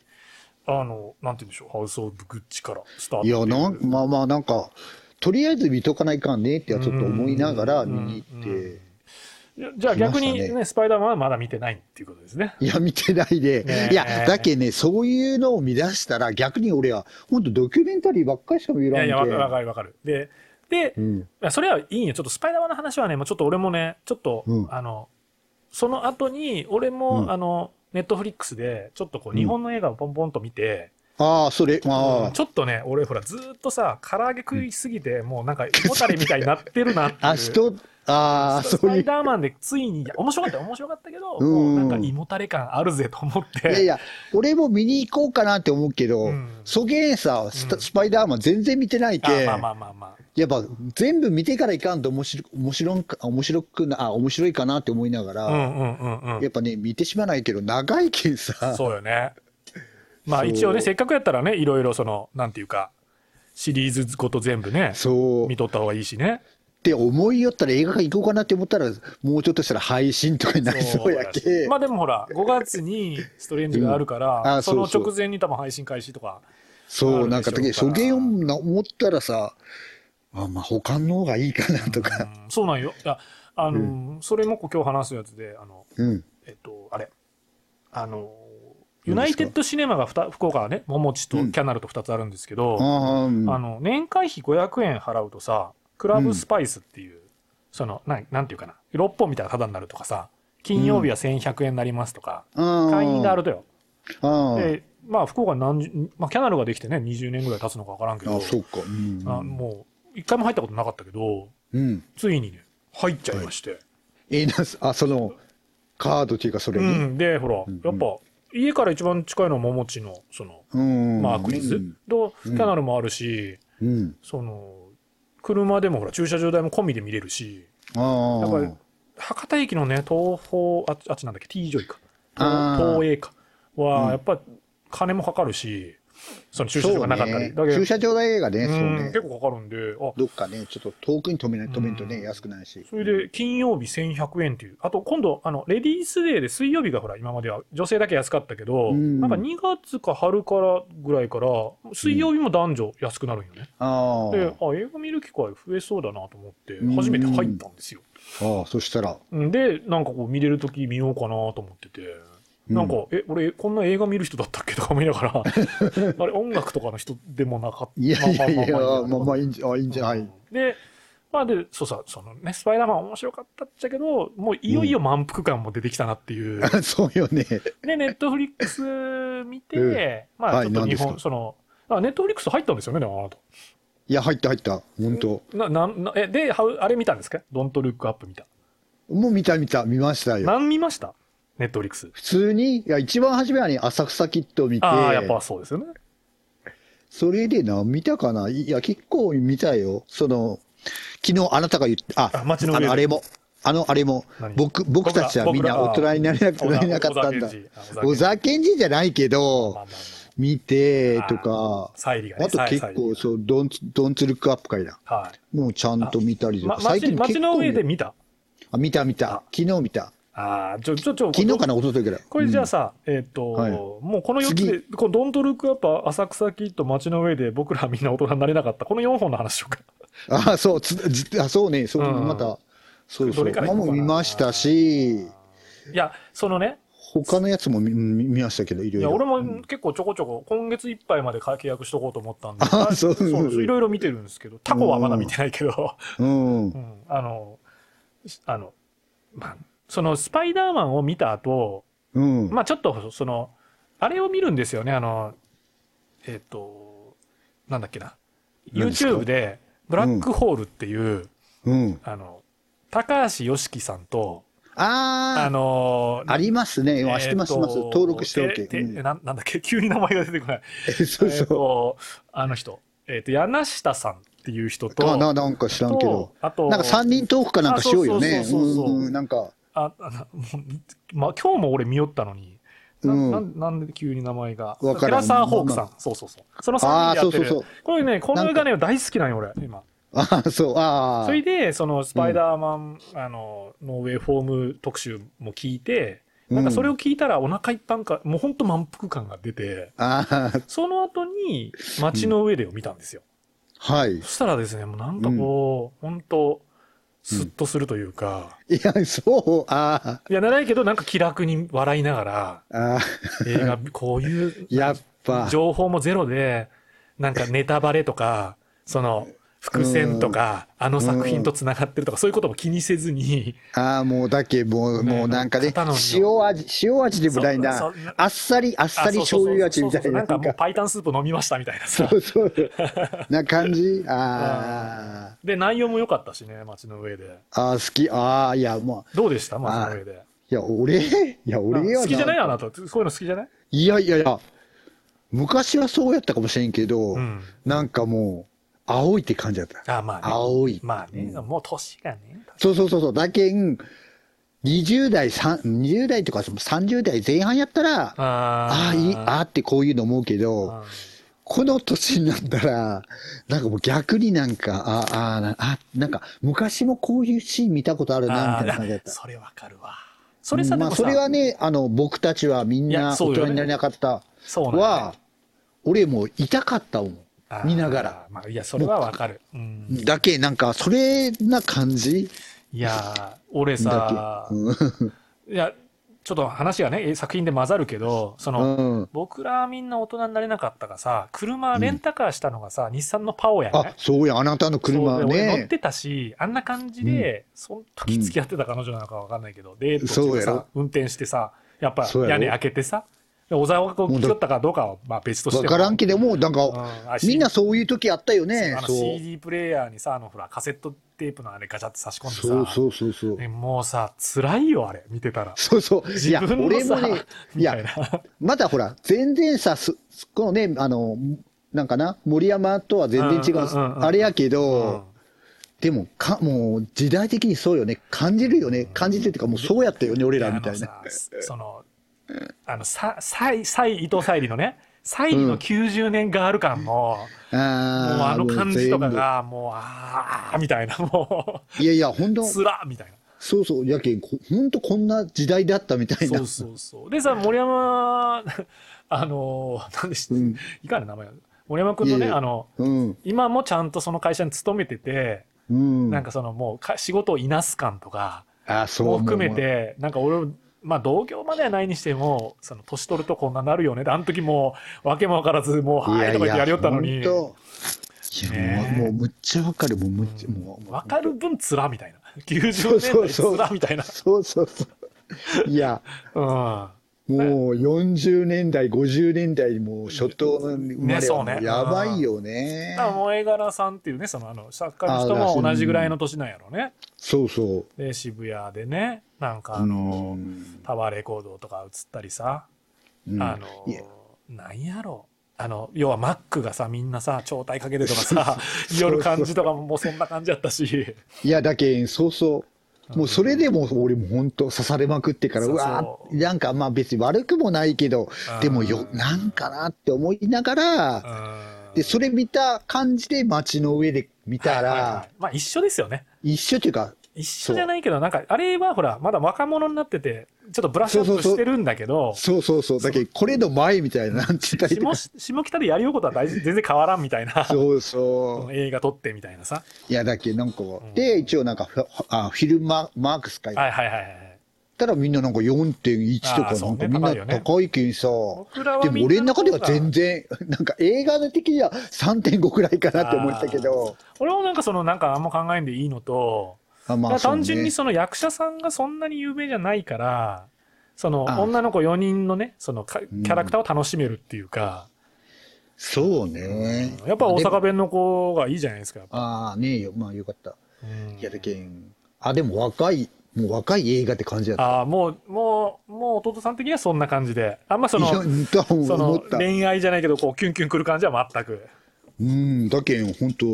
[SPEAKER 6] あの、なんて言うんでしょう、ハウス・オブ・グッチからスタートっ
[SPEAKER 7] い
[SPEAKER 6] ていう。
[SPEAKER 7] や、なん、まあまあ、なんか、とりあえず見とかないかんねってはちょっと思いながら見に行っ
[SPEAKER 6] うんうんうん
[SPEAKER 7] て、
[SPEAKER 6] いやじゃあ逆に
[SPEAKER 7] 来まし
[SPEAKER 6] ね
[SPEAKER 7] たね
[SPEAKER 6] スパイダーマンはまだ見てないっていうことですね。
[SPEAKER 7] いや、見てな
[SPEAKER 6] ね
[SPEAKER 7] いで、
[SPEAKER 6] え
[SPEAKER 7] いや、だけね、そういうのを見出したら、逆に俺は、本当ドキュメンタリーばっかりしか見
[SPEAKER 6] い
[SPEAKER 7] ら
[SPEAKER 6] や
[SPEAKER 7] ん
[SPEAKER 6] い
[SPEAKER 7] け
[SPEAKER 6] や、わかわかるわかる。で、で、
[SPEAKER 7] うん
[SPEAKER 6] まあそれはいいんよ。ちょっとスパイダーマンの話はね、もうちょっと俺もね、ちょっと、
[SPEAKER 7] うん
[SPEAKER 6] あの、その後に、俺も、
[SPEAKER 7] うん
[SPEAKER 6] あの、ネットフリックスで、ちょっとこう、日本の映画をポンポンと見て、
[SPEAKER 7] ああ、それ、まあ、
[SPEAKER 6] ちょっとね、俺ほら、ずーっとさ、唐揚げ食いすぎて、もうなんか、もたれみたいになってるなっていう。
[SPEAKER 7] あ、人、ああ、
[SPEAKER 6] ス
[SPEAKER 7] そう
[SPEAKER 6] パ
[SPEAKER 7] い
[SPEAKER 6] イ
[SPEAKER 7] う。
[SPEAKER 6] ダーマンでついに、いや面白かった、面白かったけど、
[SPEAKER 7] うん
[SPEAKER 6] もうなんか胃もたれ感あるぜと思って。
[SPEAKER 7] いやいや、俺も見に行こうかなって思うけど
[SPEAKER 6] うん、
[SPEAKER 7] そげんさ、ス
[SPEAKER 6] う
[SPEAKER 7] タ
[SPEAKER 6] ん
[SPEAKER 7] スパイダーマン全然見てない
[SPEAKER 6] あ
[SPEAKER 7] け、
[SPEAKER 6] まあまあまあまあ。
[SPEAKER 7] やっぱ全部見てからいかんと面白く面白んか面白くなあ面白いかなって思いながら、
[SPEAKER 6] うんうんうんう
[SPEAKER 7] やっぱね見てしまわないけど長いけんさ
[SPEAKER 6] ん。そうよね。まあ
[SPEAKER 7] そう
[SPEAKER 6] 一応ね、せっかくやったらね、いろいろその、なんていうか、シリーズごと全部ね、
[SPEAKER 7] そう
[SPEAKER 6] 見
[SPEAKER 7] っ
[SPEAKER 6] とった方がいいしね。
[SPEAKER 7] て思いよったら映画館行こうかなって思ったらもうちょっとしたら配信とかになりそうや
[SPEAKER 6] そう
[SPEAKER 7] け
[SPEAKER 6] まあでもほら、5月にストレンジがあるから、
[SPEAKER 7] うんあ
[SPEAKER 6] その
[SPEAKER 7] そうそう
[SPEAKER 6] 直前に多分配信開始とか。
[SPEAKER 7] そう
[SPEAKER 6] あ
[SPEAKER 7] なん
[SPEAKER 6] るでし
[SPEAKER 7] か
[SPEAKER 6] ょう
[SPEAKER 7] だ
[SPEAKER 6] から
[SPEAKER 7] けど初見を思ったらさあまあ他の方がいいかなとか
[SPEAKER 6] うんそうなんよ。いやあのーそれも今日話すやつで、あの、
[SPEAKER 7] うん
[SPEAKER 6] えっと、あれ、あのー、ユ
[SPEAKER 7] 何
[SPEAKER 6] ナ
[SPEAKER 7] です
[SPEAKER 6] イ
[SPEAKER 7] か
[SPEAKER 6] テッドシネマがふた福岡はね、ももちとキ
[SPEAKER 7] うん
[SPEAKER 6] ャナルと2つあるんですけど、
[SPEAKER 7] あーうん
[SPEAKER 6] あの、年会費500円払うとさ、クラブスパイスっていう、その、なん、なんていうかな、6本みたいなタダになるとかさ、金曜日は1100円になりますとか、
[SPEAKER 7] あー
[SPEAKER 6] 会員があるとよ。
[SPEAKER 7] あー
[SPEAKER 6] で、まあ、福岡何十、まあ、キャナルができてね、20年ぐらい経つのか分からんけど、
[SPEAKER 7] あそうかうん
[SPEAKER 6] あもう、一回も入ったことなかったけど、
[SPEAKER 7] うん
[SPEAKER 6] ついにね、入っちゃいまして。
[SPEAKER 7] えなあそのカードっていうかそれ
[SPEAKER 6] う
[SPEAKER 7] に
[SPEAKER 6] ん、でほら、
[SPEAKER 7] ん
[SPEAKER 6] やっぱ家から一番近いのは桃地のその、
[SPEAKER 7] うん
[SPEAKER 6] まあ、アクリスとキャナルもあるし、
[SPEAKER 7] うん
[SPEAKER 6] その車でもほら駐車場代も込みで見れるし
[SPEAKER 7] あ
[SPEAKER 6] やっぱり
[SPEAKER 7] あ
[SPEAKER 6] 博多駅のね東宝ああっちなんだっけ T ジョイか
[SPEAKER 7] あー
[SPEAKER 6] 東東映か
[SPEAKER 7] うん
[SPEAKER 6] はやっぱ金もかかるし、その駐車場がなかったり、
[SPEAKER 7] そうね、
[SPEAKER 6] ど
[SPEAKER 7] 駐車場代がね、そう
[SPEAKER 6] うん
[SPEAKER 7] ね
[SPEAKER 6] 結構かかるんであ
[SPEAKER 7] どっかね、ちょっと遠くに止めない止めんとね、
[SPEAKER 6] うん
[SPEAKER 7] 安くないし。
[SPEAKER 6] それで金曜日1100円っていう、あと今度、あのレディースデーで水曜日がほら、今までは女性だけ安かったけど、
[SPEAKER 7] うん
[SPEAKER 6] なんか2月か春からぐらいから、水曜日も男女安くなるんよね。
[SPEAKER 7] あ
[SPEAKER 6] で、あ、映画見る機会増えそうだなと思って
[SPEAKER 7] う、ん
[SPEAKER 6] 初めて入ったんですよ。
[SPEAKER 7] あ、ああ、そしたら、
[SPEAKER 6] で、なんかこう、見れるとき見ようかなと思ってて。
[SPEAKER 7] うん
[SPEAKER 6] なんか、え、俺、こんな映画見る人だったっけとか思いなが ら、あれ、音楽とかの人でもなかった。
[SPEAKER 7] いやいやいや、まあまあ
[SPEAKER 6] まあ
[SPEAKER 7] いいんじゃ、あいいんじゃない。
[SPEAKER 6] で、まあで、そうさ、そのね、スパイダーマン面白かったっちゃけど、もういよいよ満腹感も出てきたなっていう。
[SPEAKER 7] そうよね。
[SPEAKER 6] で、ネットフリックス見て、
[SPEAKER 7] え
[SPEAKER 6] まあ
[SPEAKER 7] はい
[SPEAKER 6] ちょっと日
[SPEAKER 7] 何
[SPEAKER 6] 本、
[SPEAKER 7] です
[SPEAKER 6] その、あネットフリックス入ったんですよね、でもあなた。
[SPEAKER 7] いや、入った入った。本当。
[SPEAKER 6] な、なん、なえ、で、ハウあれ見たんですかドントルックアップ見た。
[SPEAKER 7] もう見た見た、見ましたよ。
[SPEAKER 6] 何見ましたネットフリックス。
[SPEAKER 7] 普通に、いや、一番初めはね、浅草キッド見て、
[SPEAKER 6] ああ、やっぱそうですよね。
[SPEAKER 7] それでな、見たかないや、結構見たよ。その、昨日あなたが言って、あ、
[SPEAKER 6] あ街の
[SPEAKER 7] あ
[SPEAKER 6] 上で
[SPEAKER 7] の、あれも、あの、あれも
[SPEAKER 6] 何、
[SPEAKER 7] 僕、僕たちはみんな大人になれなくなれなかったんだ。
[SPEAKER 6] 小沢
[SPEAKER 7] 小沢健二じゃないけど、
[SPEAKER 6] まあまあまあ
[SPEAKER 7] 見てとか、
[SPEAKER 6] サイリがね。
[SPEAKER 7] あと
[SPEAKER 6] サイ
[SPEAKER 7] 結構、
[SPEAKER 6] サイ
[SPEAKER 7] そう、ドンツ、ドンツルックアップ会だ。
[SPEAKER 6] リは
[SPEAKER 7] もうちゃんと見たり
[SPEAKER 6] い。
[SPEAKER 7] と
[SPEAKER 6] ま
[SPEAKER 7] か、、
[SPEAKER 6] 街街の上で見た
[SPEAKER 7] あ、見た見た。昨日見た。
[SPEAKER 6] ああ、ちょ、ちょ、ちょ、
[SPEAKER 7] 昨日かな、一昨日ぐらい。
[SPEAKER 6] これじゃあ
[SPEAKER 7] うん
[SPEAKER 6] さ、えっ、と、
[SPEAKER 7] はい
[SPEAKER 6] もうこの4つで
[SPEAKER 7] 次、
[SPEAKER 6] このドントルックアップ、浅草キッド、街の上で僕らみんな大人になれなかった、この4本の話しようか。
[SPEAKER 7] ああ、そう、つじあそうね、そう、
[SPEAKER 6] うん
[SPEAKER 7] また、そう
[SPEAKER 6] ど
[SPEAKER 7] そう。
[SPEAKER 6] れから
[SPEAKER 7] ま
[SPEAKER 6] 行こう
[SPEAKER 7] あも
[SPEAKER 6] かな
[SPEAKER 7] う見ましたし、
[SPEAKER 6] いや、そのね、
[SPEAKER 7] 他のやつも見見見ましたけど、いろ
[SPEAKER 6] い
[SPEAKER 7] いろ。
[SPEAKER 6] や俺も
[SPEAKER 7] うん
[SPEAKER 6] 結構ちょこちょこ、今月いっぱいまで契約しとこうと思ったんで、
[SPEAKER 7] あそう
[SPEAKER 6] そうそういろいろ見てるんですけど、タコはまだ見てないけど、
[SPEAKER 7] うん
[SPEAKER 6] う。ん、あの、しあの、まあ、そのスパイダーマンを見た後、
[SPEAKER 7] うん。
[SPEAKER 6] まあちょっと、その、あれを見るんですよね、あの、えっ、と、なんだっけな、
[SPEAKER 7] 何ですか
[SPEAKER 6] YouTube で、ブラックホールっていう、
[SPEAKER 7] うん。
[SPEAKER 6] あの、高橋よしきさんと、あ
[SPEAKER 7] あ
[SPEAKER 6] の
[SPEAKER 7] あ、ありますね。
[SPEAKER 6] え
[SPEAKER 7] あ
[SPEAKER 6] ー
[SPEAKER 7] 知ってます、知
[SPEAKER 6] と
[SPEAKER 7] ってます。登録しておけ。
[SPEAKER 6] てて
[SPEAKER 7] うん
[SPEAKER 6] ななんだっけ、急に名前が出てこ ない。
[SPEAKER 7] そう
[SPEAKER 6] えー
[SPEAKER 7] そ
[SPEAKER 6] とあの人、えっ、と、柳下さんっていう人
[SPEAKER 7] う。か
[SPEAKER 6] と、
[SPEAKER 7] な、なんか知らんけど
[SPEAKER 6] と。あと、
[SPEAKER 7] なんか三人トークかなんかしようよね
[SPEAKER 6] あ。そうそうそうそう
[SPEAKER 7] うん。なんか、
[SPEAKER 6] あ、あ なもうま、今日も俺見よったのに、な
[SPEAKER 7] うん
[SPEAKER 6] なんなんで急に名前が。
[SPEAKER 7] わから
[SPEAKER 6] 寺
[SPEAKER 7] ん
[SPEAKER 6] 澤ホークさん
[SPEAKER 7] ま。
[SPEAKER 6] そうそうそう。その3人
[SPEAKER 7] ああ、
[SPEAKER 6] でやっ
[SPEAKER 7] そう
[SPEAKER 6] て
[SPEAKER 7] そう
[SPEAKER 6] る。
[SPEAKER 7] そう。
[SPEAKER 6] これね、この映画ね、大好きなのよ、俺、今。
[SPEAKER 7] ああ、そう、ああ。
[SPEAKER 6] それで、その、スパイダーマン、あの、ノーウェイフォーム特集も聞いて、なんかそれ
[SPEAKER 7] を、
[SPEAKER 6] を聞いたらお腹いっぱいか、もうほんと満腹感が出て、
[SPEAKER 7] ああ、
[SPEAKER 6] その後に、街の上でを見たんですよ。
[SPEAKER 7] はい。い
[SPEAKER 6] そしたらですね、もうなんかこう、ほんと、スッとするというか、
[SPEAKER 7] や、そう、あ
[SPEAKER 6] いや、ないけど、なんか気楽に笑いながら、
[SPEAKER 7] あ、ああ、
[SPEAKER 6] 映画、こういう、
[SPEAKER 7] やっぱ。
[SPEAKER 6] 情報もゼロで、なんかネタバレとか、その、伏線とか、あの作品と繋がってるとか、そういうことも気にせずに、
[SPEAKER 7] ああ、もうだけもう、
[SPEAKER 6] ね
[SPEAKER 7] もうなんかね
[SPEAKER 6] 肩の、
[SPEAKER 7] 塩味、塩味でもない
[SPEAKER 6] そ
[SPEAKER 7] な
[SPEAKER 6] うそう。
[SPEAKER 7] あっさり、あっさり醤油味みたいな。
[SPEAKER 6] あそうそうそうそうそうそうなんかもう パイタンスープ飲みましたみたいなさ。
[SPEAKER 7] そうそう。な感じあ
[SPEAKER 6] で、内容も良かったしね、街の上で。
[SPEAKER 7] あ。ああ、好き。ああ、いや、まあ、
[SPEAKER 6] どうでした街の上で。
[SPEAKER 7] いや、俺いや、俺は
[SPEAKER 6] 好きじゃないあなた。そういうの好きじゃない
[SPEAKER 7] いやいやいや、昔はそうやったかもしれんけど、
[SPEAKER 6] うん。
[SPEAKER 7] なんかもう、青いって感じだった。
[SPEAKER 6] あまあね。
[SPEAKER 7] 青い。
[SPEAKER 6] まあね、
[SPEAKER 7] うん
[SPEAKER 6] もう年がね。
[SPEAKER 7] そうそうそうそう。だけん、20代、さん20代とかその30代前半やったら、あ
[SPEAKER 6] あ
[SPEAKER 7] あ、いい、あーってこういうの思うけど、
[SPEAKER 6] あ
[SPEAKER 7] この年になったら、なんかもう逆になんか、あーあー、なあ、なんか昔もこういうシーン見たことあるな、みたいな感じだった。
[SPEAKER 6] それわかるわ。それさ、
[SPEAKER 7] うんまあ、
[SPEAKER 6] でも
[SPEAKER 7] そ
[SPEAKER 6] さ
[SPEAKER 7] れはね、あの、僕たちはみん
[SPEAKER 6] いや
[SPEAKER 7] な
[SPEAKER 6] そうよ
[SPEAKER 7] 大
[SPEAKER 6] ね
[SPEAKER 7] 人になれなかった
[SPEAKER 6] そうなんだよね
[SPEAKER 7] は、俺もう痛かったもん。
[SPEAKER 6] あー
[SPEAKER 7] 見ながら。
[SPEAKER 6] まあ、いや、それはわかる。うん。
[SPEAKER 7] だけ、なんか、それな感じ
[SPEAKER 6] いやー、俺
[SPEAKER 7] だ
[SPEAKER 6] さ
[SPEAKER 7] け。、うん
[SPEAKER 6] いや、ちょっと話がね、え作品で混ざるけど、その、
[SPEAKER 7] うん。
[SPEAKER 6] 僕らみんな大人になれなかったがさ、車レンタカーしたのがさ、日産のパオや
[SPEAKER 7] あ
[SPEAKER 6] ね。、
[SPEAKER 7] そうや、あなたの
[SPEAKER 6] そう
[SPEAKER 7] 車
[SPEAKER 6] で俺乗っ
[SPEAKER 7] ね。
[SPEAKER 6] てたし、あんな感じで、その時付き合ってた彼女なのかわかんないけど、デート
[SPEAKER 7] そう
[SPEAKER 6] して
[SPEAKER 7] や
[SPEAKER 6] さ
[SPEAKER 7] ろ、
[SPEAKER 6] 運転してさ、やっぱ
[SPEAKER 7] そうやろ
[SPEAKER 6] 屋根開けてさ、で小沢が聞きよったかどうかは、まあ別として
[SPEAKER 7] わ
[SPEAKER 6] も。
[SPEAKER 7] からんけども、なん
[SPEAKER 6] う
[SPEAKER 7] か、
[SPEAKER 6] んあ
[SPEAKER 7] みんな
[SPEAKER 6] CD
[SPEAKER 7] そういう時あったよね
[SPEAKER 6] あ。の
[SPEAKER 7] そう。
[SPEAKER 6] CD プレイヤーにさ、あのほら、カセットテープのあれガチャって差し込んでさ、
[SPEAKER 7] そうそうそうそう。
[SPEAKER 6] ねもうさ、辛いよ、あれ、見てたら。
[SPEAKER 7] そうそう。い
[SPEAKER 6] 自
[SPEAKER 7] や、
[SPEAKER 6] 分の
[SPEAKER 7] 俺も
[SPEAKER 6] さ、
[SPEAKER 7] ね、い
[SPEAKER 6] みた
[SPEAKER 7] や
[SPEAKER 6] い、な。
[SPEAKER 7] まだほら、全然さ、すこのね、あの、なんかな、森山とは全然違
[SPEAKER 6] う
[SPEAKER 7] う、
[SPEAKER 6] んうんうんうん
[SPEAKER 7] あれやけ
[SPEAKER 6] うん
[SPEAKER 7] ど、でもか、もう時代的にそうよね、感じるよね、感じてるっていうか、もうそうやったよね、俺らみたいな
[SPEAKER 6] あ。のさその、あの、さ、さい、さい、伊藤沙莉のね、沙莉の90年ガール感の、もう
[SPEAKER 7] あ
[SPEAKER 6] あ
[SPEAKER 7] ー
[SPEAKER 6] の感じとか。
[SPEAKER 7] もう
[SPEAKER 6] が、もう、あー、みたいな、も
[SPEAKER 7] 全部いやいや、本当
[SPEAKER 6] う、つらみたいな。
[SPEAKER 7] そうそう、やけん、本当こんな時代だったみたいな。
[SPEAKER 6] そうそうそう。でさ、森山、 あの、なんでし、
[SPEAKER 7] うん
[SPEAKER 6] いかんね、名前。森山くんの
[SPEAKER 7] いえ
[SPEAKER 6] ね、
[SPEAKER 7] いえ
[SPEAKER 6] あの、
[SPEAKER 7] うん。
[SPEAKER 6] 今もちゃんとその会社に勤めてて、
[SPEAKER 7] うん。
[SPEAKER 6] なんかそのもうか仕事をいなす感とか、
[SPEAKER 7] あー、そう
[SPEAKER 6] も含め。て、なんか俺も、まあ同業まではないにしても、その年取るとこんななるよねって。あの時もう、わけもわからず、もう、はいとか言ってやりよったのに、
[SPEAKER 7] いやいやほんといや
[SPEAKER 6] ねえ
[SPEAKER 7] もう、もうむっちゃわかる、もうむっちゃ、もう。
[SPEAKER 6] わかる分つらみたいな。90
[SPEAKER 7] そ
[SPEAKER 6] 年
[SPEAKER 7] うそ
[SPEAKER 6] 代
[SPEAKER 7] うそう
[SPEAKER 6] つらみたいな。
[SPEAKER 7] そうそうそう。いや。
[SPEAKER 6] う
[SPEAKER 7] もう40年代、50年代にもう初頭の生ま
[SPEAKER 6] ね
[SPEAKER 7] れ
[SPEAKER 6] そう
[SPEAKER 7] は
[SPEAKER 6] ね
[SPEAKER 7] もうやばいよね。
[SPEAKER 6] ん。萌え柄さんっていうね、そのあの、作家の人
[SPEAKER 7] あだし
[SPEAKER 6] も同じぐらいの年なんやろうね。
[SPEAKER 7] そうそう。
[SPEAKER 6] で、渋谷でね、なんか
[SPEAKER 7] あ
[SPEAKER 6] あの、
[SPEAKER 7] の
[SPEAKER 6] タワーレコードとか映ったりさ、
[SPEAKER 7] うん
[SPEAKER 6] あの
[SPEAKER 7] いや
[SPEAKER 6] なんやろあの要はマックがさみんなさ超体 かけてとかさ夜感じとかももうそんな感じやったし
[SPEAKER 7] いや、だけん、そうそう。もうそれでも俺も本当刺されまくってから、
[SPEAKER 6] そううそう
[SPEAKER 7] わーなんかまあ別に悪くもないけど、でもよ、
[SPEAKER 6] うん
[SPEAKER 7] なんかなって思いながら、
[SPEAKER 6] うん
[SPEAKER 7] で、それ見た感じで街の上で見た
[SPEAKER 6] はいはいはい
[SPEAKER 7] ら、
[SPEAKER 6] まあ一緒ですよね。
[SPEAKER 7] 一緒というか、
[SPEAKER 6] 一緒じゃないけど、なんか、あれはほら、まだ若者になってて、ちょっとブラッシュアップしてるんだけど、
[SPEAKER 7] そうそうそう、だけどこれの前みたいな、なんて言ったらいいの
[SPEAKER 6] 下下北でやりようことは大事全然変わらんみたいな、
[SPEAKER 7] そうそ
[SPEAKER 6] 映画撮ってみたいなさ。
[SPEAKER 7] う。いや、だけどなんか
[SPEAKER 6] ん、
[SPEAKER 7] で、一応なんかフィあ、フィルママークス書いて
[SPEAKER 6] はいはいはいはい。
[SPEAKER 7] たらみんななんか4.1と
[SPEAKER 6] あー
[SPEAKER 7] か
[SPEAKER 6] そ
[SPEAKER 7] な
[SPEAKER 6] うん
[SPEAKER 7] か
[SPEAKER 6] ね
[SPEAKER 7] みん
[SPEAKER 6] 高いよ
[SPEAKER 7] な
[SPEAKER 6] ね
[SPEAKER 7] 高いけんさ、
[SPEAKER 6] 僕らは
[SPEAKER 7] でも俺の中では
[SPEAKER 6] 然。
[SPEAKER 7] 全然、 なんか映画的には3.5くらいかなって思ってたけど、
[SPEAKER 6] 俺もなんかその、なんかあんま考えんでいいのと、
[SPEAKER 7] あまあ、
[SPEAKER 6] 単純にそ
[SPEAKER 7] そう
[SPEAKER 6] の役者さんがそんなに有名じゃないから、その
[SPEAKER 7] あ
[SPEAKER 6] 女の子4人のね、そのかキャラクターを楽しめるっていうか、
[SPEAKER 7] ね。そうね。
[SPEAKER 6] やっぱ大
[SPEAKER 7] でも
[SPEAKER 6] 阪弁の子がいいじゃないですか。
[SPEAKER 7] ああ、ねえよ。まあよかった。
[SPEAKER 6] うん
[SPEAKER 7] やるけん。あ、でも若い、もう若い映画って感じだった。
[SPEAKER 6] ああ、もう、もう、もう弟さん的にはそんな感じで。あんまそ
[SPEAKER 7] い
[SPEAKER 6] の、
[SPEAKER 7] やとは
[SPEAKER 6] そ
[SPEAKER 7] 思
[SPEAKER 6] の
[SPEAKER 7] った。
[SPEAKER 6] 恋愛じゃないけど、こう、キュンキュンくる感じは全く。
[SPEAKER 7] うん、だけん、本当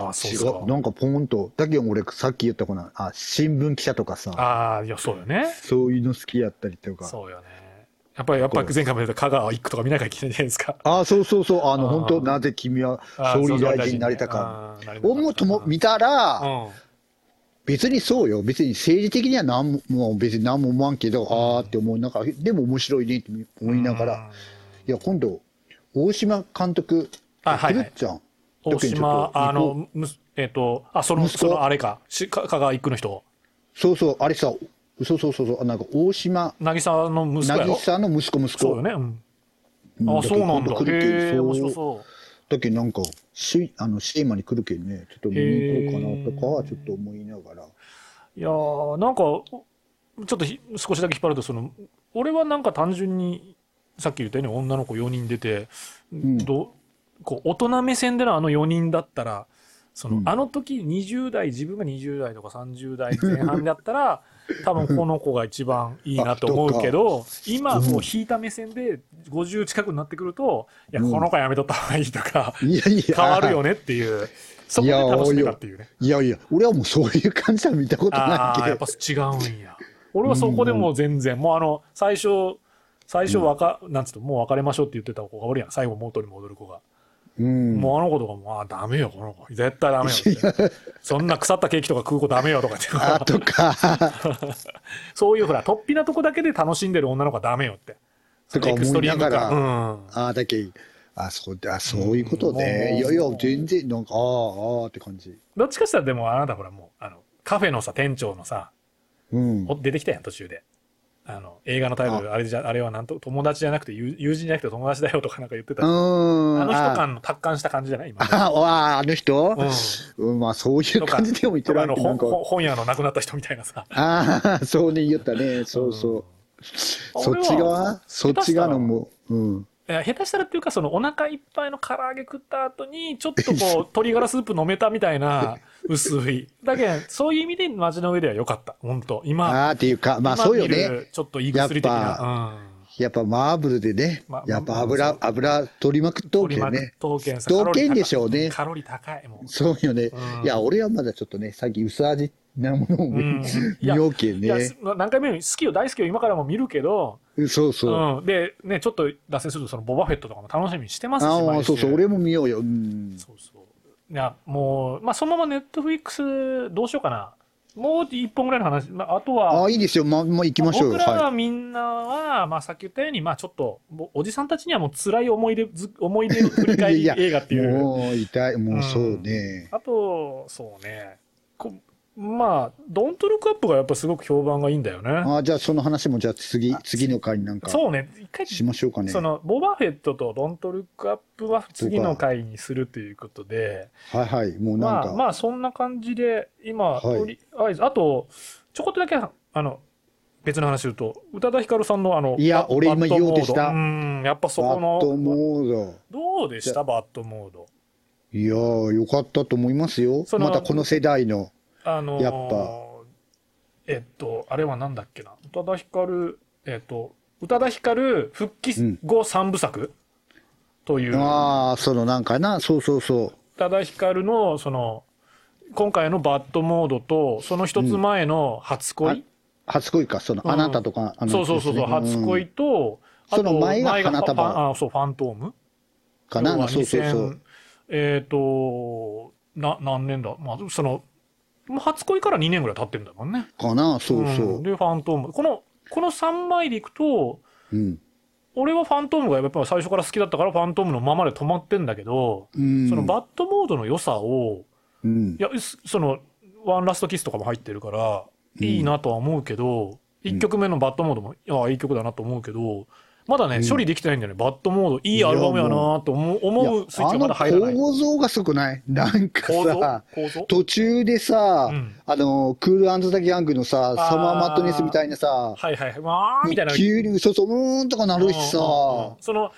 [SPEAKER 6] ああ、
[SPEAKER 7] 違
[SPEAKER 6] そう
[SPEAKER 7] う。なんかポーンと。だけん俺、さっき言ったこの、あ、新聞記者とかさ、
[SPEAKER 6] ああ、いや、そうよね。
[SPEAKER 7] そういうの好きやったりとか。
[SPEAKER 6] そうよね。やっぱり、やっぱり前回も言った香川一区とか見なきゃいけないじゃないですか。
[SPEAKER 7] ああ、そうそうそう。あの、
[SPEAKER 6] あー
[SPEAKER 7] 本当なぜ君は
[SPEAKER 6] ああ
[SPEAKER 7] 総理大臣になれたか。。をもとも見たら、
[SPEAKER 6] うん。
[SPEAKER 7] 別にそうよ。別に政治的には何も、もう別に何も思わんけど、あーって思いながら、でも面白いねって思いながら、
[SPEAKER 6] うん
[SPEAKER 7] いや、今度、大島監督、
[SPEAKER 6] あはい
[SPEAKER 7] 来
[SPEAKER 6] はい
[SPEAKER 7] るじゃん。
[SPEAKER 6] 大
[SPEAKER 7] 時にちょ
[SPEAKER 6] 島
[SPEAKER 7] っ、と
[SPEAKER 6] あ
[SPEAKER 7] 行こ
[SPEAKER 6] の、むすえっと、あ、その、
[SPEAKER 7] 息子
[SPEAKER 6] そのあれか、しか香川一区の人。
[SPEAKER 7] そうそう、あれさ、そうそうそう、そうなんか大島、
[SPEAKER 6] 渚の息子やろ。
[SPEAKER 7] 渚の息子、息子。
[SPEAKER 6] そうよね。うん。
[SPEAKER 7] ん
[SPEAKER 6] あ、そうなんだ。
[SPEAKER 7] けど
[SPEAKER 6] へえ、面
[SPEAKER 7] そ
[SPEAKER 6] 白
[SPEAKER 7] う
[SPEAKER 6] そう。
[SPEAKER 7] だけどなんか、しあの、シーマに来るけんね、ちょっと見に行こうかなとかは、
[SPEAKER 6] へー
[SPEAKER 7] ちょっと思いながら。
[SPEAKER 6] いやー、なんか、おちょっとひ少しだけ引っ張ると、その、俺はなんか単純に、さっき言ったように女の子4人出て、
[SPEAKER 7] ん
[SPEAKER 6] どこう大人目線でのあの4人だったら、その、
[SPEAKER 7] うん
[SPEAKER 6] あの時20代、自分が20代とか30代前半だった ら、多分この子が一番いいなと思うけど、今もう引いた目線で50近くになってくると、いや、
[SPEAKER 7] うん
[SPEAKER 6] この子やめとった方がいいとか、
[SPEAKER 7] いやいや。
[SPEAKER 6] 変わるよねっていう、そこで楽しめたっていうね。
[SPEAKER 7] いやいや、俺はもうそういう感じは見たこと
[SPEAKER 6] あ
[SPEAKER 7] ないけ
[SPEAKER 6] あ
[SPEAKER 7] ど。
[SPEAKER 6] やっぱ違うんや俺はそこでもう全然、もうあの最初最初わか、なんつうともう別れましょうって言ってた子がおるやん最後元に戻る子が、
[SPEAKER 7] うん。
[SPEAKER 6] もうあの子とかもあーダメよこの子絶対 ダメよってそんな腐ったケーキとか食う子ダメよとかって
[SPEAKER 7] あとか、
[SPEAKER 6] そういうほら突飛なとこだけで楽しんでる女の子はダメよって
[SPEAKER 7] とか
[SPEAKER 6] エクスト
[SPEAKER 7] 思
[SPEAKER 6] リ
[SPEAKER 7] いな
[SPEAKER 6] ーム
[SPEAKER 7] が。
[SPEAKER 6] からうん
[SPEAKER 7] ああ、だけ、あそうあそういうこと
[SPEAKER 6] うん
[SPEAKER 7] ね。いやいや、全然、なんか、ああ、ああって感じ。
[SPEAKER 6] どっちかしたらでもあなたほらもうあのカフェのさ店長のさ
[SPEAKER 7] うん。
[SPEAKER 6] お出てきたやん途中であの映画のタイトルあれじゃあれはなんと友達じゃなくて友友人じゃなくて友達だよとかなんか言ってたじゃん
[SPEAKER 7] あ
[SPEAKER 6] あの人感の達観した感じじゃない今。
[SPEAKER 7] ああ、あの人
[SPEAKER 6] うん、
[SPEAKER 7] うん、まあ、そういう感じでも言って
[SPEAKER 6] と
[SPEAKER 7] る
[SPEAKER 6] かあ
[SPEAKER 7] わ
[SPEAKER 6] の
[SPEAKER 7] けな
[SPEAKER 6] 本
[SPEAKER 7] んか。
[SPEAKER 6] 本本屋の亡くなった人みたいなさ。
[SPEAKER 7] ああ、そうね、言ったね。そうそう。
[SPEAKER 6] うん
[SPEAKER 7] そっち側そっち側のも、うん。
[SPEAKER 6] いや下手したらっていうか、そのお腹いっぱいの唐揚げ食った後に、ちょっ とこう、鶏ガラスープ飲めたみたいな、薄い。だけど、そういう意味で街の上では良かった。本当今、
[SPEAKER 7] ああ、っていうか、まあ、
[SPEAKER 6] 今
[SPEAKER 7] そうよ
[SPEAKER 6] 見
[SPEAKER 7] ね。
[SPEAKER 6] るちょっといい薬的
[SPEAKER 7] やっ
[SPEAKER 6] な。うん
[SPEAKER 7] やっぱマーブルでね
[SPEAKER 6] ま、
[SPEAKER 7] やっぱ
[SPEAKER 6] ま
[SPEAKER 7] 油、
[SPEAKER 6] あ
[SPEAKER 7] 油取りまくっとうけんね。
[SPEAKER 6] 東京さ
[SPEAKER 7] 刀
[SPEAKER 6] カロリー高
[SPEAKER 7] 剣
[SPEAKER 6] い
[SPEAKER 7] でしょうね
[SPEAKER 6] カロリー高い、も
[SPEAKER 7] そうよね
[SPEAKER 6] う。ん
[SPEAKER 7] いや、俺はまだちょっとね、最近薄味なものを
[SPEAKER 6] う。う
[SPEAKER 7] 見
[SPEAKER 6] ん。いや
[SPEAKER 7] ようけん
[SPEAKER 6] いや
[SPEAKER 7] ね。
[SPEAKER 6] 何回目より好きよ、大好きよ、今からも見るけど、
[SPEAKER 7] そうそう。
[SPEAKER 6] うん、で、ね、ちょっと脱線すると、そのボバフェットとかも楽しみにしてますし、
[SPEAKER 7] ああ、
[SPEAKER 6] 毎週
[SPEAKER 7] そうそう、俺も見ようよ。うん。
[SPEAKER 6] そうそういや、もう、まあ、そのままネットフリックス、どうしようかな、もう一本ぐらいの話、まあ、あと
[SPEAKER 7] あ
[SPEAKER 6] は、
[SPEAKER 7] あ、いいですよ。ま、まあ、行きましょう
[SPEAKER 6] 僕
[SPEAKER 7] よ。
[SPEAKER 6] ら
[SPEAKER 7] は
[SPEAKER 6] はみんなは、まあ、さっき言ったように、まあ、ちょっと、もうおじさんたちにはもう辛い思い出ず、 思い出を振り返
[SPEAKER 7] い
[SPEAKER 6] り
[SPEAKER 7] やいや
[SPEAKER 6] 映画って
[SPEAKER 7] い。
[SPEAKER 6] いう。
[SPEAKER 7] もう、痛い。もう、そうね。
[SPEAKER 6] あと、そうね、こまあ、ドントルックアップがやっぱすごく評判がいいんだよね。
[SPEAKER 7] ああ、じゃあ、その話も、じゃあ、次、次の回になんか、
[SPEAKER 6] そうね、一回
[SPEAKER 7] しましょうかね。
[SPEAKER 6] そ
[SPEAKER 7] はい
[SPEAKER 6] のボバフェットとドントルックアップは次の回にするということで、
[SPEAKER 7] はい。もう、な
[SPEAKER 6] ま
[SPEAKER 7] ん
[SPEAKER 6] あ
[SPEAKER 7] か、
[SPEAKER 6] まあそんな感じで今、
[SPEAKER 7] はい
[SPEAKER 6] とりあえずあとちょこっとだけあの別の話すると宇多田ヒカルさんのあの
[SPEAKER 7] いや
[SPEAKER 6] バ
[SPEAKER 7] 俺今
[SPEAKER 6] バッド
[SPEAKER 7] 言おうと
[SPEAKER 6] モード
[SPEAKER 7] した
[SPEAKER 6] うんやっぱそこ
[SPEAKER 7] バット
[SPEAKER 6] の
[SPEAKER 7] モード。
[SPEAKER 6] どうでしたバッドモード
[SPEAKER 7] いやー、よかったと思いますよ
[SPEAKER 6] そ。の
[SPEAKER 7] またこの世代の。
[SPEAKER 6] あのー
[SPEAKER 7] やっ
[SPEAKER 6] えっとあれはなんだっけな宇多田ヒカルえっと宇多田ヒカル復帰後三部作、という
[SPEAKER 7] ああ、そのなんかな、そうそうそう。
[SPEAKER 6] 宇多田ヒカルのその今回のバッドモードと、その一つ前の初恋、
[SPEAKER 7] 初恋か、その、
[SPEAKER 6] うん
[SPEAKER 7] あなたとか、あの、
[SPEAKER 6] そうそうそうそう、
[SPEAKER 7] ですねん
[SPEAKER 6] 初恋と、あ
[SPEAKER 7] その
[SPEAKER 6] と
[SPEAKER 7] 前が花束
[SPEAKER 6] ファンあそう、ファントーム
[SPEAKER 7] か
[SPEAKER 6] 要
[SPEAKER 7] な、
[SPEAKER 6] は
[SPEAKER 7] そうそうそう
[SPEAKER 6] 2000。えっ、と、な、何年だまあ、その、もう初恋から2年ぐらい経ってるんだもんね。
[SPEAKER 7] かな、そうそ
[SPEAKER 6] ん
[SPEAKER 7] う。
[SPEAKER 6] で、ファントーム。この、この3枚でいくと、
[SPEAKER 7] うん。
[SPEAKER 6] 俺はファントームがやっぱり最初から好きだったから、ファントームのままで止まってんだけど、
[SPEAKER 7] うん。
[SPEAKER 6] そのバッドモードの良さを、
[SPEAKER 7] うん
[SPEAKER 6] い。や、すその、ワンラストキスとかも入ってるから、いいなとは思うけど、一1曲目のバッドモードも、ああ、いい曲だなと思うけど、まだね、
[SPEAKER 7] うん
[SPEAKER 6] 処理できてないんだよね。バッドモード、いいアルバムやなと思う、思うスイッチがまだ入らない
[SPEAKER 7] やあ。の構造がすごくない なんか
[SPEAKER 6] 構造
[SPEAKER 7] さ、
[SPEAKER 6] 構造
[SPEAKER 7] 途中でさ、
[SPEAKER 6] うん
[SPEAKER 7] あの、クールアンズ・ザ・ギャングのさ、
[SPEAKER 6] ー
[SPEAKER 7] サマー・マットネスみたいなさ、
[SPEAKER 6] はいはいはい。わーみたいな。
[SPEAKER 7] 急に嘘そうんとかなるしさ、
[SPEAKER 6] うんうんうんその、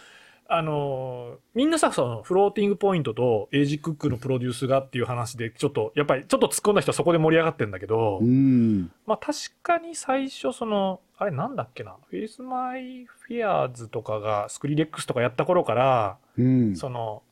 [SPEAKER 6] あのーみんなさ、その、フローティングポイントとエイジ・クックのプロデュースがっていう話で、ちょっと、やっぱりちょっと突っ込んだ人はそこで盛り上がってんだけど、
[SPEAKER 7] うん。
[SPEAKER 6] まあ確かに最初、その、あれなんだっけな、フェイス・マイ・フィアーズとかが、スクリレックスとかやった頃から、
[SPEAKER 7] うん。
[SPEAKER 6] その、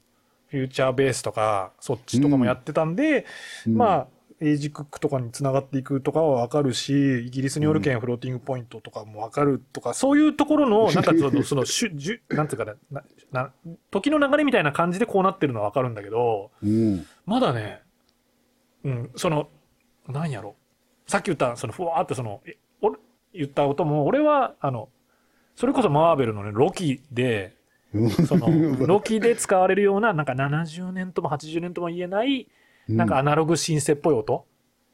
[SPEAKER 6] フューチャーベースとか、そっちとかもやってたんで、
[SPEAKER 7] うん
[SPEAKER 6] まあ、エイジクックとかにつながっていくとかはわかるし、イギリスによる件フローティングポイントとかもわかるとか、そういうところの、なんかその、その、しゅじゅなんていうかねなな、時の流れみたいな感じでこうなってるのはわかるんだけど、
[SPEAKER 7] うん。
[SPEAKER 6] まだね、うん、その、なんやろ。さっき言った、その、ふわーってその、え俺、言った音も、俺は、あの、それこそマーベルのね、ロキで、そ の、ロキで使われるような、なんか70年とも80年とも言えない、なんかアナログシンセっぽい音、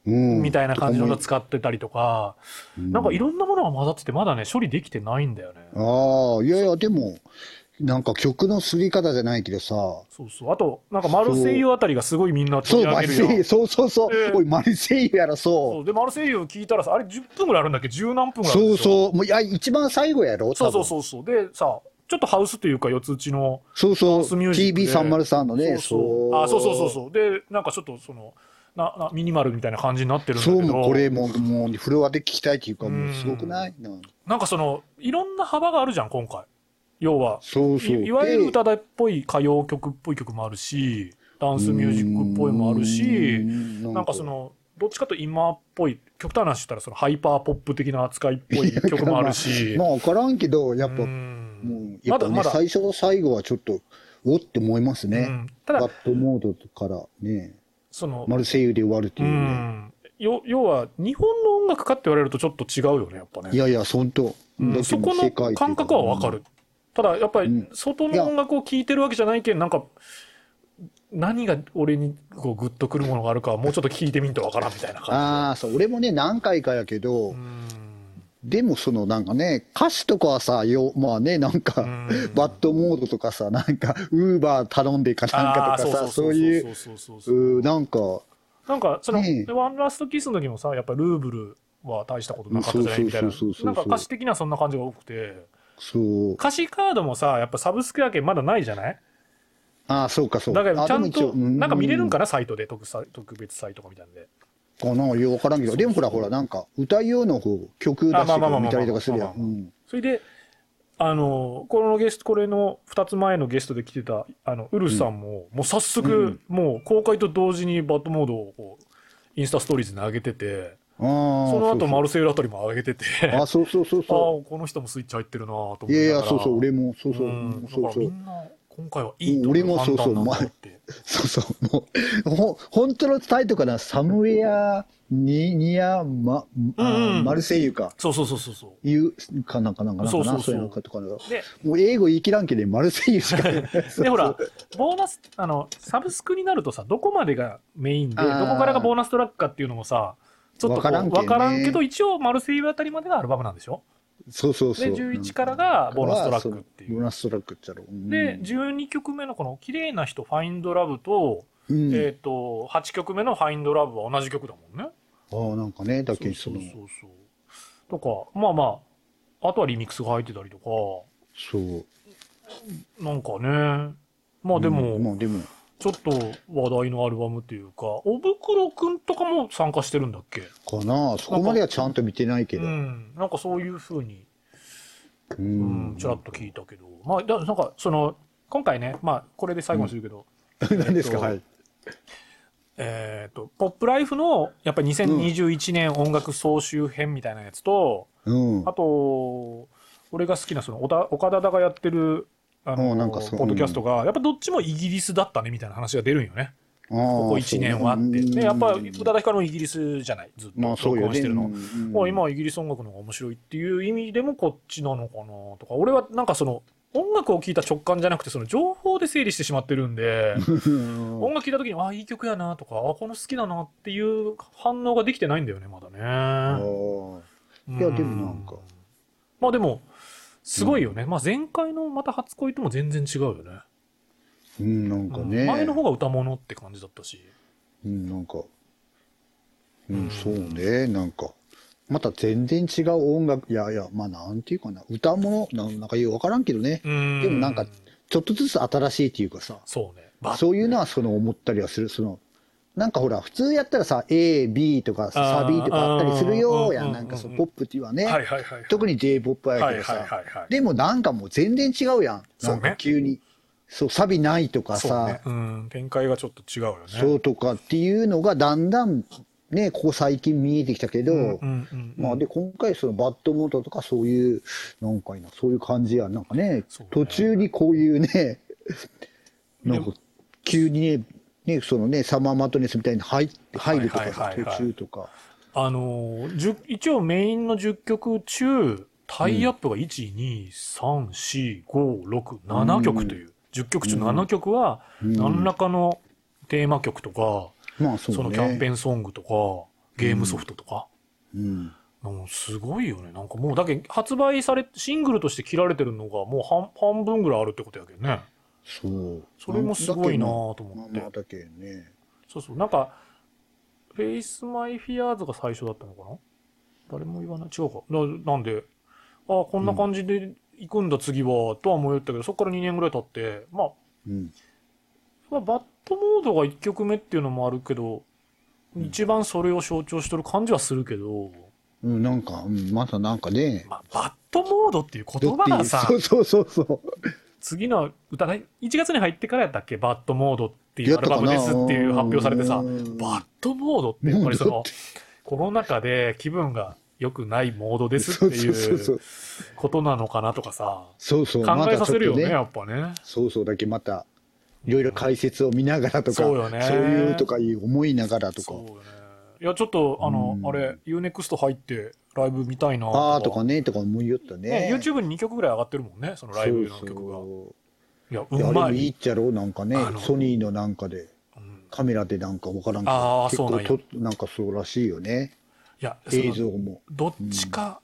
[SPEAKER 7] うん、
[SPEAKER 6] みたいな感じの
[SPEAKER 7] う
[SPEAKER 6] 音
[SPEAKER 7] ん
[SPEAKER 6] 使ってたりとか、なんかいろんなものが混ざってて、まだね、処理できてないんだよね。
[SPEAKER 7] ああ、いやいや、でも、なんか曲のすり方じゃないけどさ、
[SPEAKER 6] そうそう。あと、なんかマルセイユあたりがすごいみんな
[SPEAKER 7] そ
[SPEAKER 6] 取
[SPEAKER 7] う、
[SPEAKER 6] り上
[SPEAKER 7] マ
[SPEAKER 6] げ
[SPEAKER 7] ル
[SPEAKER 6] る
[SPEAKER 7] セ
[SPEAKER 6] よ
[SPEAKER 7] イユ、そうそうそう、
[SPEAKER 6] ええ
[SPEAKER 7] おい、マルセイユやろ、
[SPEAKER 6] そ
[SPEAKER 7] そう
[SPEAKER 6] でマルセイユ聞いたらさあれ10分ぐらいあるんだっけ十何分
[SPEAKER 7] う。
[SPEAKER 6] ぐらいある
[SPEAKER 7] そ
[SPEAKER 6] ん
[SPEAKER 7] う
[SPEAKER 6] ですよ
[SPEAKER 7] そう、もう、いや、一番最後やろ、
[SPEAKER 6] そうそう
[SPEAKER 7] う。
[SPEAKER 6] そうそうでさちょっとハウスというか四つ打ちの、
[SPEAKER 7] そうそう、
[SPEAKER 6] ダンスミュージックで
[SPEAKER 7] TB303 の
[SPEAKER 6] そ
[SPEAKER 7] ね、
[SPEAKER 6] うそうあそうそうそうそうでなんかちょっとそのななミニマルみたいな感じになってるんだけ
[SPEAKER 7] そう
[SPEAKER 6] ど
[SPEAKER 7] もうこれもうもうフロアで聞きたいっていうかも
[SPEAKER 6] う
[SPEAKER 7] うんすごくないなんか
[SPEAKER 6] なんかそのいろんな幅があるじゃん今回要は
[SPEAKER 7] そうそう
[SPEAKER 6] いいわゆる
[SPEAKER 7] で
[SPEAKER 6] 歌だっぽい歌謡曲っぽい曲もあるしダンスミュージックっぽいもあるし
[SPEAKER 7] うん
[SPEAKER 6] なんかそのどっちかというと今っぽい極端な話したらそのハイパーポップ的な扱いっぽい曲もある し
[SPEAKER 7] まあ分からんけどやっぱ
[SPEAKER 6] う
[SPEAKER 7] も
[SPEAKER 6] ん
[SPEAKER 7] うや
[SPEAKER 6] ま
[SPEAKER 7] っぱ
[SPEAKER 6] だ
[SPEAKER 7] ね
[SPEAKER 6] まだ
[SPEAKER 7] 最初と最後はちょっとおって思います
[SPEAKER 6] う
[SPEAKER 7] ね
[SPEAKER 6] ん、た
[SPEAKER 7] バ
[SPEAKER 6] だ
[SPEAKER 7] ッドモードからね
[SPEAKER 6] その、
[SPEAKER 7] マルセイユで終わるって
[SPEAKER 6] う
[SPEAKER 7] いうね
[SPEAKER 6] んよ要は日本の音楽かって言われるとちょっと違うよねやっぱね
[SPEAKER 7] いやいや本当
[SPEAKER 6] うんそこの感覚はわかる、ただやっぱ
[SPEAKER 7] う
[SPEAKER 6] り
[SPEAKER 7] ん
[SPEAKER 6] 外の音楽を聴いてるわけじゃないけんなんか何が俺にこうグッとくるものがあるかはもうちょっと聞いてみんとわからんみたいな感
[SPEAKER 7] ああそう俺もね何回かやけど
[SPEAKER 6] じうん
[SPEAKER 7] でもそのなんかね歌詞とかはさよまあねなんか
[SPEAKER 6] うん
[SPEAKER 7] バッドモードとかさなんかウーバー頼んでかなんかとかさそういう
[SPEAKER 6] うそうそうそう
[SPEAKER 7] うーなんか、
[SPEAKER 6] なんかその、
[SPEAKER 7] ねえ
[SPEAKER 6] ワンラストキスの時もさやっぱルーブルは大したことなかったじゃないみたいな
[SPEAKER 7] そうそうそうそうそう
[SPEAKER 6] なんか歌詞的にはそんな感じが多くて
[SPEAKER 7] そう。
[SPEAKER 6] 歌詞カードもさやっぱサブスクやけんまだないじゃない
[SPEAKER 7] ああ、そうか、そう
[SPEAKER 6] だからちゃん
[SPEAKER 7] あでも
[SPEAKER 6] と
[SPEAKER 7] 一応う
[SPEAKER 6] なんか見れるんかなサイトで特さ特別サイトかみたいなんで
[SPEAKER 7] かな、よくわからんけど、でもほら、ほら、なんか、歌いようの方、曲出して
[SPEAKER 6] あまあまあま
[SPEAKER 7] から
[SPEAKER 6] あまあ
[SPEAKER 7] 見たりとかするやん
[SPEAKER 6] まあ
[SPEAKER 7] う
[SPEAKER 6] まあま
[SPEAKER 7] ん。
[SPEAKER 6] それであのこのゲストこれの2つ前のゲストで来てたあのウルフさんも、もう早速、もう公開と同時にバッドモードをこうインスタストーリーズに上げてて
[SPEAKER 7] ああ、
[SPEAKER 6] その後マ
[SPEAKER 7] る。
[SPEAKER 6] ルセイラあたりも上げてて
[SPEAKER 7] あそうそうそう
[SPEAKER 6] ああ
[SPEAKER 7] そ
[SPEAKER 6] この人もスイッチ入ってるなと思
[SPEAKER 7] う。い
[SPEAKER 6] な
[SPEAKER 7] や
[SPEAKER 6] が
[SPEAKER 7] い
[SPEAKER 6] ら
[SPEAKER 7] や、そうそう、俺も、そうそうう、
[SPEAKER 6] ん
[SPEAKER 7] そ
[SPEAKER 6] だ
[SPEAKER 7] う
[SPEAKER 6] か
[SPEAKER 7] そ
[SPEAKER 6] らみ
[SPEAKER 7] う。
[SPEAKER 6] んな今回はいいと
[SPEAKER 7] 俺もそうそ
[SPEAKER 6] 判
[SPEAKER 7] う
[SPEAKER 6] 断なんだなって
[SPEAKER 7] そうそう、もう、ほん、本当のタイトルかな、サムウェア、ニ、ニア、ま、あ
[SPEAKER 6] うんう
[SPEAKER 7] ー
[SPEAKER 6] ん
[SPEAKER 7] マルセイユか。
[SPEAKER 6] そうそうそうそうそう
[SPEAKER 7] いう、かなんかなんかなんか
[SPEAKER 6] そうそう
[SPEAKER 7] な、
[SPEAKER 6] そう
[SPEAKER 7] そういうのかとかな。
[SPEAKER 6] で
[SPEAKER 7] もう英語言い切らんけで、マルセイユし か。
[SPEAKER 6] でほら、ボーナス、あの、サブスクになるとさ、どこまでがメインで、
[SPEAKER 7] あ
[SPEAKER 6] ど
[SPEAKER 7] ー
[SPEAKER 6] こからがボーナストラックかっていうのもさ、ちょっとこう
[SPEAKER 7] わからんけどね
[SPEAKER 6] わからんけど、一応、マルセイユあたりまでがアルバムなんでしょ
[SPEAKER 7] そうそうそう。
[SPEAKER 6] で11からがボーナストラックっていう
[SPEAKER 7] そボーナストラックってやろうん。
[SPEAKER 6] で、12曲目のこの、綺麗な人、ファインドラブと、
[SPEAKER 7] うん、
[SPEAKER 6] えっと、8曲目のファインドラブは同じ曲だもんね。
[SPEAKER 7] ああ、なんかね、だけどそ
[SPEAKER 6] そう
[SPEAKER 7] の
[SPEAKER 6] そう、そうそう。とか、まあまあ、あとはリミックスが入ってたりとか、
[SPEAKER 7] そう。
[SPEAKER 6] なんかね、まあでも、
[SPEAKER 7] うんまあでも、
[SPEAKER 6] ちょっと話題のアルバムっていうか、おぶくろくんとかも参加してるんだっけ
[SPEAKER 7] かなそこまではちゃんと見てないけど。
[SPEAKER 6] う、
[SPEAKER 7] うん
[SPEAKER 6] なんかそういうふうに、うん
[SPEAKER 7] ん。、
[SPEAKER 6] ちらっと聞いたけど、まあ、だなん かその、今回ね、まあ、これで最後にするけど、
[SPEAKER 7] 何です
[SPEAKER 6] え
[SPEAKER 7] か、
[SPEAKER 6] っと
[SPEAKER 7] はい。
[SPEAKER 6] えっ、と、ポップライフの、やっぱり2021年音楽総集編みたいなやつと、
[SPEAKER 7] うん
[SPEAKER 6] あ。と、俺が好きな、その、おた岡田だがやってる、あ
[SPEAKER 7] お
[SPEAKER 6] の、
[SPEAKER 7] うなん
[SPEAKER 6] ポ
[SPEAKER 7] かそう
[SPEAKER 6] ッドキャストが、やっぱどっちもイギリスだったねみたいな話が出るんよね。ここ
[SPEAKER 7] こ
[SPEAKER 6] 1年はって。で、やっぱ、宇多田ヒカルもイギリスじゃない、ずっと。
[SPEAKER 7] まあそう
[SPEAKER 6] 録
[SPEAKER 7] よ
[SPEAKER 6] 音
[SPEAKER 7] ね。
[SPEAKER 6] してるの。
[SPEAKER 7] うん
[SPEAKER 6] まあ、今はイギリス音楽の方が面白いっていう意味でもこっちなのかなとか俺はなんかその音楽を聴いた直感じゃなくてその情報で整理してしまってるん で
[SPEAKER 7] うん
[SPEAKER 6] 音楽聴いた時にあいい曲やなとかあこの好きだなっていう反応ができてないんだよねまだね。
[SPEAKER 7] いやでもなんか
[SPEAKER 6] うまあでもすごいよね、まあ、前回のまた初恋とも全然違うよね
[SPEAKER 7] うん、なんか
[SPEAKER 6] う
[SPEAKER 7] ね。
[SPEAKER 6] ん前の方が歌物って感じだったし
[SPEAKER 7] うん、なんか。うん、そうね、なんか。また全然違う音楽、いやいや、まあなんていうかな、歌もの、なんなんかよくわからんけどね。
[SPEAKER 6] うん
[SPEAKER 7] でもなんか、ちょっとずつ新しいっていうかさ、
[SPEAKER 6] そうね
[SPEAKER 7] そういうのはその思ったりはする、その、なんかほら、普通やったらさ、A、B とか
[SPEAKER 6] あー
[SPEAKER 7] サビとかあったりするよ、や、
[SPEAKER 6] うんん
[SPEAKER 7] なんかそうう、
[SPEAKER 6] ん
[SPEAKER 7] ポップっていうのはね、
[SPEAKER 6] はいはいはいはい
[SPEAKER 7] 特に J-POP や
[SPEAKER 6] は
[SPEAKER 7] け
[SPEAKER 6] い
[SPEAKER 7] ど
[SPEAKER 6] はいはい
[SPEAKER 7] さ、
[SPEAKER 6] はい
[SPEAKER 7] でもなんかもう全然違うやん。
[SPEAKER 6] そう
[SPEAKER 7] な
[SPEAKER 6] ね
[SPEAKER 7] んか急に。そう、サビないとか
[SPEAKER 6] そうね
[SPEAKER 7] さ、
[SPEAKER 6] うん展開がちょっと違うよね
[SPEAKER 7] そうとかっていうのがだんだんね、ここ最近見えてきたけど、
[SPEAKER 6] うんうんうん
[SPEAKER 7] まあで、今回そのバッドモードとかそういう、なんかいいな、そういう感じやん。なんかね、
[SPEAKER 6] そうね
[SPEAKER 7] 途中にこういうね、
[SPEAKER 6] で
[SPEAKER 7] なんか急にね、ね、そのね、サマーマットネスみたいに入って、入るとか
[SPEAKER 6] は
[SPEAKER 7] さ
[SPEAKER 6] いはいはい
[SPEAKER 7] 途
[SPEAKER 6] はい
[SPEAKER 7] 中とか。
[SPEAKER 6] あのー、10一応メインの10曲中、タイアップが1、2、3、4、5、6、7曲という、10曲中7曲は、
[SPEAKER 7] うん
[SPEAKER 6] 何らかのテーマ曲とか、
[SPEAKER 7] まあそうね。
[SPEAKER 6] そのキャンペ
[SPEAKER 7] ン。
[SPEAKER 6] ーンソングとか、ゲームソフトとか、
[SPEAKER 7] うん。
[SPEAKER 6] もうすごいよね。なんかもう、だけど発売され、シングルとして切られてるのがもう半半分ぐらいあるってことやけどね。
[SPEAKER 7] そう。
[SPEAKER 6] それもすごいな
[SPEAKER 7] ま
[SPEAKER 6] ぁと
[SPEAKER 7] あ
[SPEAKER 6] 思っ
[SPEAKER 7] まあ
[SPEAKER 6] て。
[SPEAKER 7] だけどね。
[SPEAKER 6] そうそう、なんか、フェイスマイフィアーズが最初だったのかな誰も言わない。違うか。ななんで、ああ、こんな感じで行くんだ、次は、とは思ったけど、そこから2年ぐらい経って、まあ、
[SPEAKER 7] うん。
[SPEAKER 6] まあバッドモードが1曲目っていうのもあるけど、
[SPEAKER 7] うん
[SPEAKER 6] 一番それを象徴してる感じはするけど、
[SPEAKER 7] うん、なんか、うん、またなんかね。
[SPEAKER 6] まあ、バッドモードっていう言葉がさ
[SPEAKER 7] そ、うそうそうそう。
[SPEAKER 6] 次の歌ね、1月に入ってからやったっけ、バッドモードっていう
[SPEAKER 7] や
[SPEAKER 6] ア
[SPEAKER 7] っ
[SPEAKER 6] ル
[SPEAKER 7] た
[SPEAKER 6] バ
[SPEAKER 7] か
[SPEAKER 6] ム
[SPEAKER 7] な
[SPEAKER 6] ですっていう発表されてさ、バ
[SPEAKER 7] うん
[SPEAKER 6] ッドモードってやっぱりそ
[SPEAKER 7] も
[SPEAKER 6] の
[SPEAKER 7] うだ、
[SPEAKER 6] コロナ禍で気分が良くないモードです
[SPEAKER 7] そ
[SPEAKER 6] っ
[SPEAKER 7] う
[SPEAKER 6] て
[SPEAKER 7] そうそう
[SPEAKER 6] い
[SPEAKER 7] そうう。
[SPEAKER 6] ことなのかなとかさ、
[SPEAKER 7] そうそう。
[SPEAKER 6] 考え
[SPEAKER 7] まだ
[SPEAKER 6] さ
[SPEAKER 7] ちょ
[SPEAKER 6] せ
[SPEAKER 7] っ
[SPEAKER 6] るよ
[SPEAKER 7] と
[SPEAKER 6] ね、やっぱね。
[SPEAKER 7] そうそうだけまたいろいろ解説を見ながらとか、
[SPEAKER 6] そうよね
[SPEAKER 7] いうとかいう思いながらとか
[SPEAKER 6] そうよね。いや、ちょっと、あの
[SPEAKER 7] う、ん
[SPEAKER 6] あれ、UNEXT 入ってライブ見たいなとか
[SPEAKER 7] ああとかねとか思いよったね
[SPEAKER 6] ね YouTube に2曲ぐらい上がってるもんね、そのライブの曲が。
[SPEAKER 7] そう
[SPEAKER 6] いや、
[SPEAKER 7] そういや
[SPEAKER 6] う
[SPEAKER 7] あれ
[SPEAKER 6] ま
[SPEAKER 7] もいい
[SPEAKER 6] い
[SPEAKER 7] っ。ちゃろうなんかね
[SPEAKER 6] あの
[SPEAKER 7] ソニーのなんかで
[SPEAKER 6] うん
[SPEAKER 7] カメラでなんかわからんけ
[SPEAKER 6] ああ
[SPEAKER 7] ど結
[SPEAKER 6] そうなん
[SPEAKER 7] 構
[SPEAKER 6] や
[SPEAKER 7] となんかそうらしいよね
[SPEAKER 6] いや、そ
[SPEAKER 7] 映
[SPEAKER 6] の
[SPEAKER 7] 像も
[SPEAKER 6] どっちか、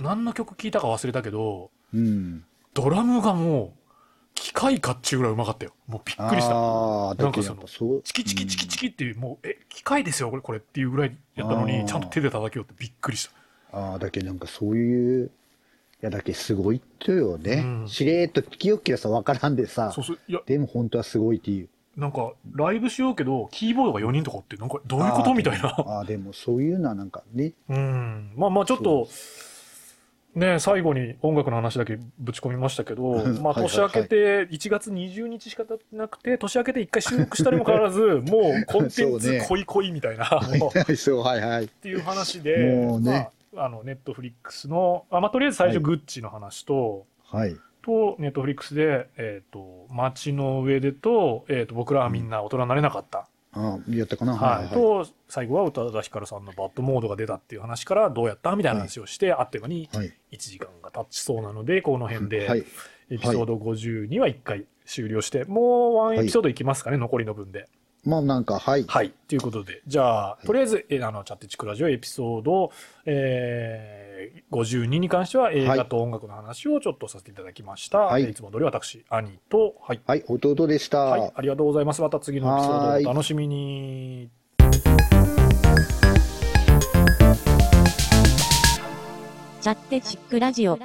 [SPEAKER 6] 何の曲聴いたか忘れたけど、
[SPEAKER 7] うん
[SPEAKER 6] ドラムがもう、機械かっちゅうぐらいうまかったよ。もうびっくりした。
[SPEAKER 7] ああだけどや
[SPEAKER 6] な
[SPEAKER 7] っ
[SPEAKER 6] んか
[SPEAKER 7] ぱそう
[SPEAKER 6] チキチキチキチキっていう、もう、え、機械ですよ、これ、これっていうぐらいやったの
[SPEAKER 7] あ
[SPEAKER 6] に、
[SPEAKER 7] ー
[SPEAKER 6] ちゃんと手で叩きよってびっくりした。
[SPEAKER 7] ああだけどなんかそういういやだけすごいとよね、
[SPEAKER 6] うん
[SPEAKER 7] しれーっと聞きよっけどさわからんでさ
[SPEAKER 6] そうそう、いや、
[SPEAKER 7] でも本当はすごいっていう
[SPEAKER 6] なんか、ライブしようけど、キーボードが4人とかって、なんか、どういうことみたいな。
[SPEAKER 7] ああ、でもそういうのはなんかね、
[SPEAKER 6] うん。まあまあ、ちょっと、ね、最後に音楽の話だけぶち込みましたけど、まあ、
[SPEAKER 7] はいはいはい
[SPEAKER 6] 年明けて、1月20日しか経ってなくて、年明けて1回収録したにもかかわら ず、もう、コンテン
[SPEAKER 7] そう
[SPEAKER 6] ツ
[SPEAKER 7] ね
[SPEAKER 6] 恋恋みたいな、もう
[SPEAKER 7] そう、はいはい。
[SPEAKER 6] っていう話で、
[SPEAKER 7] もうね
[SPEAKER 6] まあ、あのネットフリックスのあ、まあ、とりあえず最初
[SPEAKER 7] はい
[SPEAKER 6] グッチの話と、
[SPEAKER 7] はい。
[SPEAKER 6] とネットフリックスで「えー、と街の上でと」えーと「僕らはみんな大人になれなかった」
[SPEAKER 7] ああ、やったかな。
[SPEAKER 6] はい
[SPEAKER 7] はいは
[SPEAKER 6] と最後は宇多田ヒカルさんのバッドモードが出たっていう話からどうやったみたいな話をして、あっという間に
[SPEAKER 7] い。はい。
[SPEAKER 6] 1時間が経ちそうなのでこの辺で、
[SPEAKER 7] はい。
[SPEAKER 6] エピソード52は1回終了してもうワンエピソードいきますかね、残りの分で。
[SPEAKER 7] まあなんか、はい。
[SPEAKER 6] はい。ということで、じゃあ、とりあえず、えーあの、チャットチクラジオエピソード、えー、52に関しては映画と音楽の話をちょっとさせていただきました。
[SPEAKER 7] はい
[SPEAKER 6] えーいつも通り私、兄と、はい。
[SPEAKER 7] はい、弟でした。
[SPEAKER 6] はい。ありがとうございます。また次のエピソ
[SPEAKER 7] は
[SPEAKER 6] ー
[SPEAKER 7] い
[SPEAKER 6] ドお楽しみに。
[SPEAKER 5] チャッテチックラジオ。